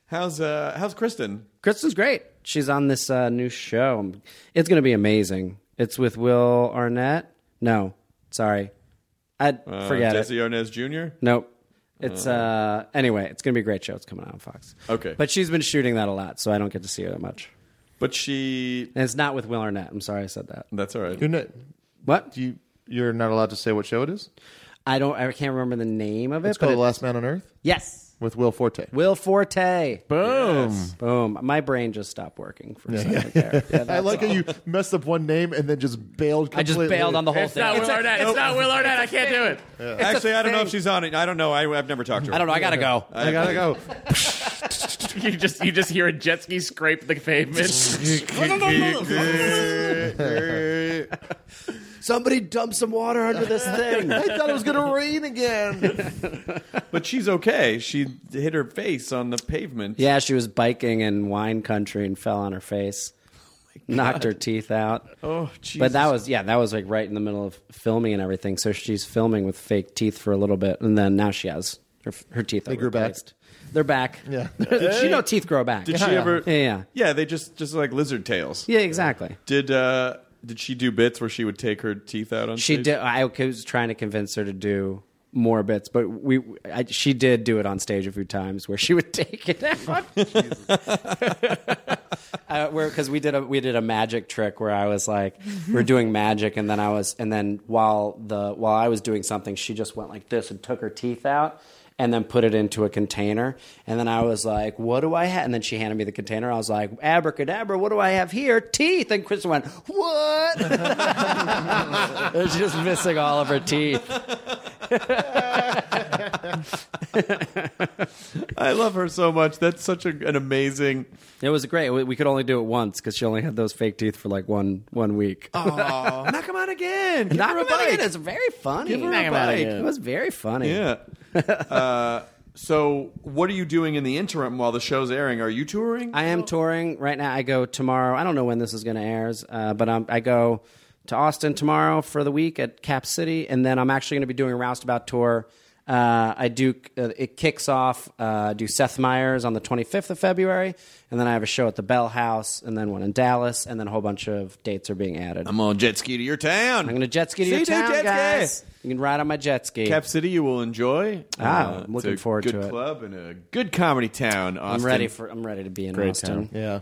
Speaker 3: How's uh, how's Kristen?
Speaker 6: Kristen's great. She's on this uh, new show. It's going to be amazing. It's with Will Arnett. No, sorry, I
Speaker 3: Uh,
Speaker 6: forget it.
Speaker 3: Jesse Arnaz Jr.
Speaker 6: Nope. It's uh anyway, it's gonna be a great show. It's coming out on Fox.
Speaker 3: Okay.
Speaker 6: But she's been shooting that a lot, so I don't get to see her that much.
Speaker 3: But she.
Speaker 6: And it's not with Will Arnett. I'm sorry I said that.
Speaker 3: That's all right.
Speaker 7: You're not,
Speaker 6: What?
Speaker 7: do you, you're not allowed to say what show it is?
Speaker 6: I don't I can't remember the name of it,
Speaker 7: It's
Speaker 6: but it-
Speaker 7: called The Last Man on Earth
Speaker 6: Yes.
Speaker 7: with Will Forte.
Speaker 6: Will Forte.
Speaker 8: Boom.
Speaker 6: Boom. My brain just stopped working for a second there. Yeah,
Speaker 7: I
Speaker 6: that's
Speaker 7: like how
Speaker 6: all.
Speaker 7: you messed up one name and then just bailed
Speaker 6: I just
Speaker 7: completely.
Speaker 6: bailed on the whole
Speaker 8: It's
Speaker 6: thing.
Speaker 8: not
Speaker 6: It's
Speaker 8: Will
Speaker 6: a-
Speaker 8: Arnett. It's not Will Arnett. I can't do it.
Speaker 3: Actually, I don't know if she's on it. I don't know. I, I've never talked to her.
Speaker 6: I don't know, I gotta go.
Speaker 7: I gotta go.
Speaker 8: You just you just hear a jet ski scrape the pavement.
Speaker 6: Somebody dump some water under this thing.
Speaker 7: I thought it was gonna rain again.
Speaker 3: But she's okay. She hit her face on the pavement.
Speaker 6: yeah, she was biking in wine country and fell on her face. knocked her teeth out. Oh, Jesus. But that was yeah, that was like right in the middle of filming and everything. So she's filming with fake teeth for a little bit, and then now she has her, her teeth. They
Speaker 7: grew back.
Speaker 6: They're back.
Speaker 7: Yeah.
Speaker 6: you know teeth grow back.
Speaker 3: Did she ever?
Speaker 6: Yeah, yeah,
Speaker 3: Yeah, they just just like lizard tails.
Speaker 6: yeah. Exactly.
Speaker 3: Did uh did she do bits where she would take her teeth out on
Speaker 6: She
Speaker 3: stage?
Speaker 6: did. I was trying to convince her to do more bits, but we. I, she did do it on stage a few times where she would take it out. uh, where because we did a we did a magic trick where I was like we're doing magic and then I was and then while the while I was doing something she just went like this and took her teeth out. And then put it into a container. And then I was like, what do I have? And then she handed me the container. I was like, abracadabra, what do I have here? Teeth. And Kristen went, what? She's just missing all of her teeth.
Speaker 3: I love her so much. That's such a, an amazing.
Speaker 6: It was great. We we could only do it once because she only had those fake teeth for like one one week.
Speaker 3: Oh, knock him out again. Give
Speaker 6: Knock
Speaker 3: her a
Speaker 6: 'em out
Speaker 3: bike.
Speaker 6: again. It's very funny.
Speaker 3: Give her a Knock 'em out bike. again.
Speaker 6: It was very funny.
Speaker 3: Yeah. uh, so, what are you doing in the interim while the show's airing? Are you touring?
Speaker 6: I am touring right now. I go tomorrow. I don't know when this is going to air, uh, but i I go to Austin tomorrow for the week at Cap City, and then I'm actually going to be doing a Roustabout tour. Uh, I do. Uh, it kicks off. Uh, do Seth Meyers on the 25th of February, and then I have a show at the Bell House, and then one in Dallas, and then a whole bunch of dates are being added.
Speaker 3: I'm on jet ski to your town.
Speaker 6: I'm going to jet ski to
Speaker 3: See
Speaker 6: your
Speaker 3: you
Speaker 6: town,
Speaker 3: jet ski.
Speaker 6: guys. You can ride on my jet ski.
Speaker 3: Cap City, you will enjoy. Uh,
Speaker 6: Ah, I'm
Speaker 3: it's
Speaker 6: looking
Speaker 3: a
Speaker 6: forward
Speaker 3: good
Speaker 6: to it.
Speaker 3: club and a good comedy town. Austin.
Speaker 6: I'm ready for. I'm ready to be in
Speaker 8: Great town.
Speaker 6: Austin.
Speaker 7: Yeah.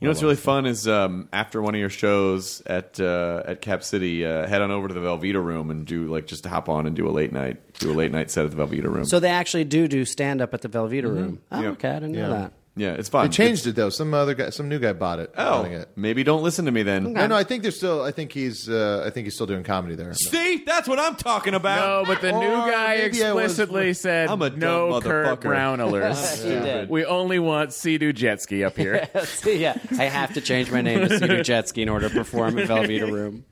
Speaker 3: You know what's really fun is um, after one of your shows at uh, at Cap City, uh, head on over to the Velveeta Room and do like just hop on and do a late night, do a late night set at the Velveeta Room.
Speaker 6: So they actually do do stand up at the Velveeta Room. Oh,
Speaker 3: Yep.
Speaker 6: okay, I didn't know
Speaker 7: Yeah.
Speaker 6: that.
Speaker 3: yeah, it's fun.
Speaker 7: They changed it though. Some other guy, some new guy bought it.
Speaker 3: Oh,
Speaker 7: Buying it.
Speaker 3: maybe don't listen to me then.
Speaker 7: No, no. I think they're still. I think he's. Uh, I think he's still doing comedy there.
Speaker 3: See, that's what I'm talking
Speaker 8: No,
Speaker 3: about.
Speaker 8: but the
Speaker 7: Or
Speaker 8: new guy
Speaker 7: maybe I was-
Speaker 8: explicitly said
Speaker 3: I'm a dumb
Speaker 8: no Kurt
Speaker 3: motherfucker."
Speaker 8: Brown alerts. We only want Sea-Doo Jetski up here.
Speaker 6: yeah, I have to change my name to Cedar Jetski in order to perform at Velveeta Room.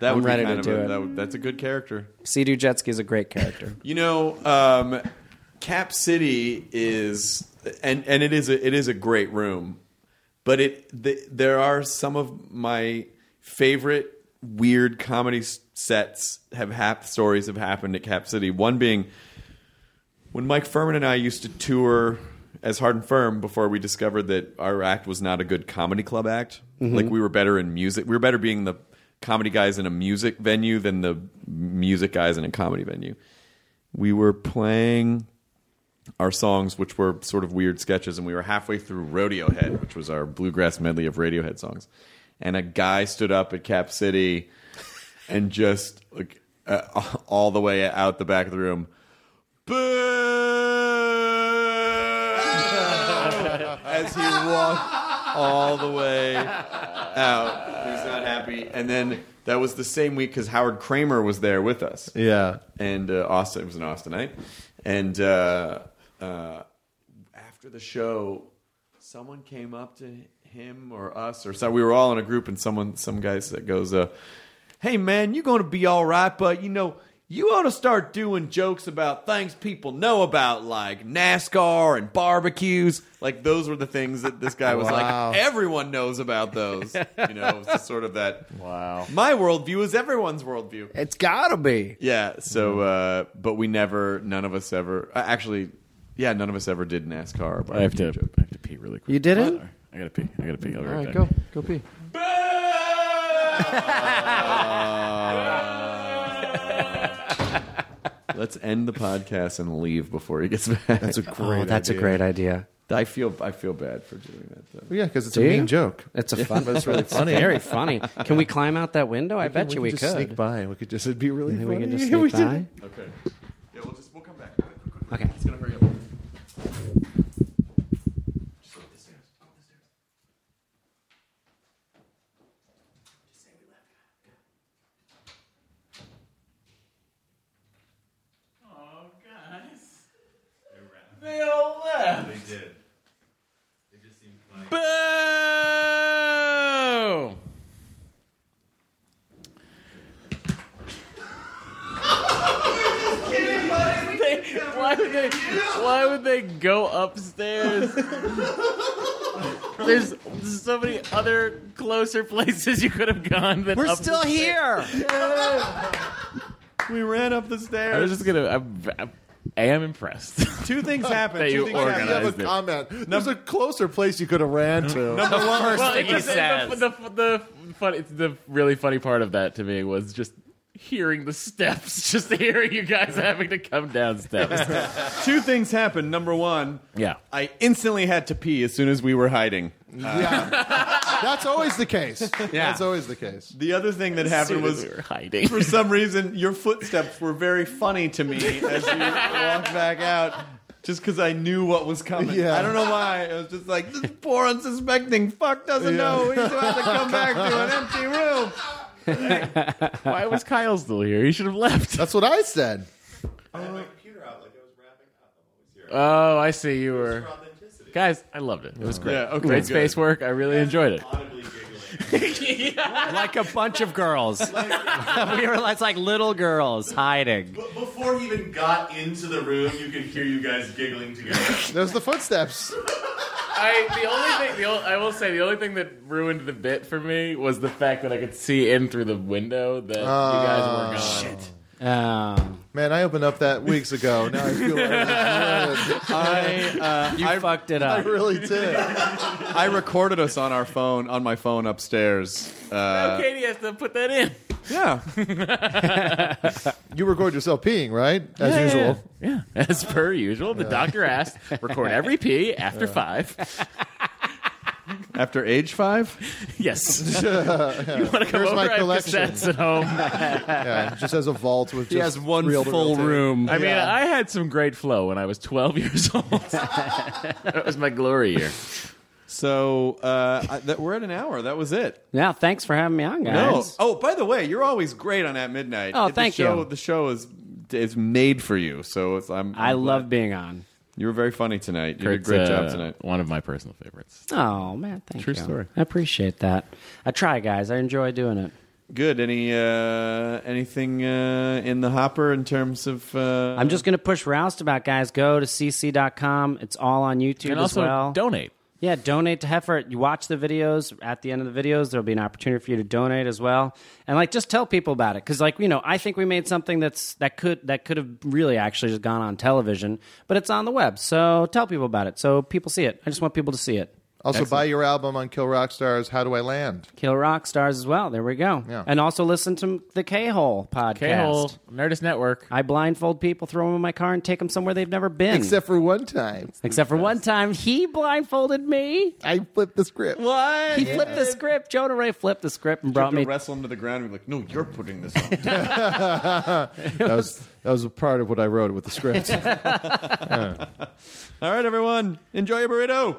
Speaker 3: that
Speaker 6: I'm
Speaker 3: would be
Speaker 6: ready to
Speaker 3: kind of
Speaker 6: do
Speaker 3: a-
Speaker 6: it.
Speaker 3: that would- that's a good character.
Speaker 6: Cedar Jetski is a great character.
Speaker 3: You know, um, Cap City is, and and it is a it is a great room, but it the, there are some of my favorite weird comedy s- sets have hap stories have happened at Cap City. One being when Mike Furman and I used to tour as Hard and Firm before we discovered that our act was not a good comedy club act. Like we were better in music. We were better being the comedy guys in a music venue than the music guys in a comedy venue. We were playing our songs, which were sort of weird sketches, and we were halfway through Rodeohead, which was our bluegrass medley of Radiohead songs. And a guy stood up at Cap City and just like uh, all the way out the back of the room, boo! As he walked all the way out, he was not happy. And then that was the same week because Howard Kramer was there with us
Speaker 7: Yeah.
Speaker 3: and uh, Austin. It was an Austinite, and uh, uh, after the show, someone came up to him or us or so. We were all in a group, and someone, some guys that goes, uh, "Hey man, you're gonna be all right, but you know." You ought to start doing jokes about things people know about, like NASCAR and barbecues. Like those were the things that this guy was
Speaker 7: Wow.
Speaker 3: like, everyone knows about those. You know, it was just sort of that.
Speaker 8: Wow.
Speaker 3: My worldview is everyone's worldview.
Speaker 6: it's gotta be.
Speaker 3: Yeah. So, uh, but we never, none of us ever, uh, actually, yeah, none of us ever did NASCAR. But
Speaker 8: I have to. I have to pee really quick.
Speaker 6: You did it?
Speaker 8: I gotta pee. I gotta pee. All right,
Speaker 6: go pee.
Speaker 3: Let's end the podcast and leave before he gets back. That's a great.
Speaker 6: Oh, that's a great idea.
Speaker 3: I feel I feel bad for doing that. Though.
Speaker 7: Yeah, because it's
Speaker 6: See?
Speaker 7: a mean joke.
Speaker 6: It's a fun.
Speaker 7: But it's really funny.
Speaker 6: Very funny. Can we climb out that window? I bet you we could.
Speaker 7: could just sneak by. We could just. It'd be really.
Speaker 6: Maybe we
Speaker 7: funny.
Speaker 6: can just
Speaker 7: Yeah, we
Speaker 6: sneak by.
Speaker 3: Okay. Yeah, we'll just we'll come back.
Speaker 6: Okay.
Speaker 3: It's gonna hurry up.
Speaker 8: They all left. They did. They just seemed Boo! They- Why would they? Why would they go upstairs? There's so many other closer places you could have gone than
Speaker 6: We're
Speaker 8: up
Speaker 6: still
Speaker 8: the stairs.
Speaker 6: here.
Speaker 3: we ran up the stairs.
Speaker 8: I was just gonna. I'm, I'm, I am impressed.
Speaker 3: Two things happened.
Speaker 8: That
Speaker 3: Two
Speaker 8: you
Speaker 3: things
Speaker 8: organized.
Speaker 7: You have a
Speaker 8: Organized it.
Speaker 7: comment. There's a closer place you could have ran to.
Speaker 6: First thing he
Speaker 8: But the-
Speaker 6: says.
Speaker 8: The, the, the funny- the really funny part of that to me was just hearing the steps, just hearing you guys having to come down steps.
Speaker 3: happened. Two things happened. Number one,
Speaker 8: Yeah.
Speaker 3: I instantly had to pee as soon as we were hiding.
Speaker 7: That's always the case. That's always the case.
Speaker 3: The other thing that happened
Speaker 8: Soon as
Speaker 3: was
Speaker 8: we were hiding.
Speaker 3: for some reason your footsteps were very funny to me as you walked back out. Just because I knew what was coming.
Speaker 7: Yeah.
Speaker 3: I don't know why. It was just like, this poor unsuspecting fuck doesn't
Speaker 7: Yeah.
Speaker 3: know. He's about to come back to an empty room.
Speaker 8: Why was Kyle still here? He should have left.
Speaker 7: That's what I said.
Speaker 8: Oh, I see. You were. Guys, I loved it. It was great.
Speaker 3: Yeah, okay,
Speaker 8: great
Speaker 3: good.
Speaker 8: space work. I really enjoyed it.
Speaker 6: like a bunch of girls. we were it's like little girls hiding.
Speaker 10: But before he even got into the room, you could hear you guys giggling together.
Speaker 7: There's the footsteps.
Speaker 8: I the only thing the ol I will say the only thing that ruined the bit for me was the fact that I could see in through the window that you guys were gone. Oh, Shit.
Speaker 6: Um,
Speaker 7: Man, I opened up that weeks ago. Now I feel like I
Speaker 3: I, uh,
Speaker 6: you fucked it
Speaker 7: I
Speaker 6: up.
Speaker 7: really did.
Speaker 3: I recorded us on our phone, on my phone upstairs. Uh,
Speaker 8: Katie has to put that in.
Speaker 3: Yeah.
Speaker 7: You record yourself peeing, right? As usual.
Speaker 8: Yeah, as per usual. The doctor asked, record every pee after five.
Speaker 3: After age five?
Speaker 8: Yes. you want to come
Speaker 7: Here's
Speaker 8: over?
Speaker 7: my
Speaker 8: I have
Speaker 7: collection.
Speaker 8: cassettes at home.
Speaker 7: Yeah, it just has a vault with. Just reel to reel tape.
Speaker 8: I mean,
Speaker 7: Yeah.
Speaker 8: I had some great flow when I was 12 years old. that was my glory year.
Speaker 3: So uh, I, that, we're at an hour. That was it.
Speaker 6: Yeah, thanks for having me on,
Speaker 3: No.
Speaker 6: guys.
Speaker 3: Oh, by the way, you're always great on At Midnight.
Speaker 6: Oh,
Speaker 3: the
Speaker 6: thank
Speaker 3: show,
Speaker 6: you.
Speaker 3: The show is is made for you. So it's, I'm.
Speaker 6: I
Speaker 3: I'm
Speaker 6: love
Speaker 3: glad.
Speaker 6: being on.
Speaker 3: You were very funny tonight. You did a
Speaker 8: Kurt's,
Speaker 3: great
Speaker 8: uh,
Speaker 3: job tonight.
Speaker 8: One of my personal favorites.
Speaker 6: Oh man, thank
Speaker 8: True
Speaker 6: you.
Speaker 8: story.
Speaker 6: I appreciate that. I try, guys. I enjoy doing it.
Speaker 3: Good. Any uh, anything uh, in the hopper in terms of? Uh,
Speaker 6: I'm just gonna push Roustabout, guys. Go to cc.com. It's all on YouTube
Speaker 8: And
Speaker 6: as
Speaker 8: also,
Speaker 6: well.
Speaker 8: donate.
Speaker 6: Yeah, donate to Heifer. You watch the videos. At the end of the videos, there'll be an opportunity for you to donate as well, and like just tell people about it because, like, you know, I think we made something that's that could that could have really actually just gone on television, but it's on the web. So tell people about it so people see it. I just want people to see it.
Speaker 7: Also, buy your album on Kill Rock Stars. How do I land?
Speaker 6: Kill Rock Stars as well. There we go.
Speaker 7: Yeah.
Speaker 6: And also listen to the K Hole podcast.
Speaker 8: K-Hole, Nerdist Network.
Speaker 6: I blindfold people, throw them in my car, and take them somewhere they've never been.
Speaker 7: Except for one time,
Speaker 6: Except for one time, he blindfolded me.
Speaker 7: I flipped the script.
Speaker 3: what?
Speaker 6: He flipped the script. Jonah Ray flipped the script and brought
Speaker 3: to
Speaker 6: me.
Speaker 3: wrestle him to the ground and be like, "No, you're putting this on."
Speaker 7: That was that was a part of what I wrote with the script.
Speaker 3: All right, everyone, enjoy your burrito.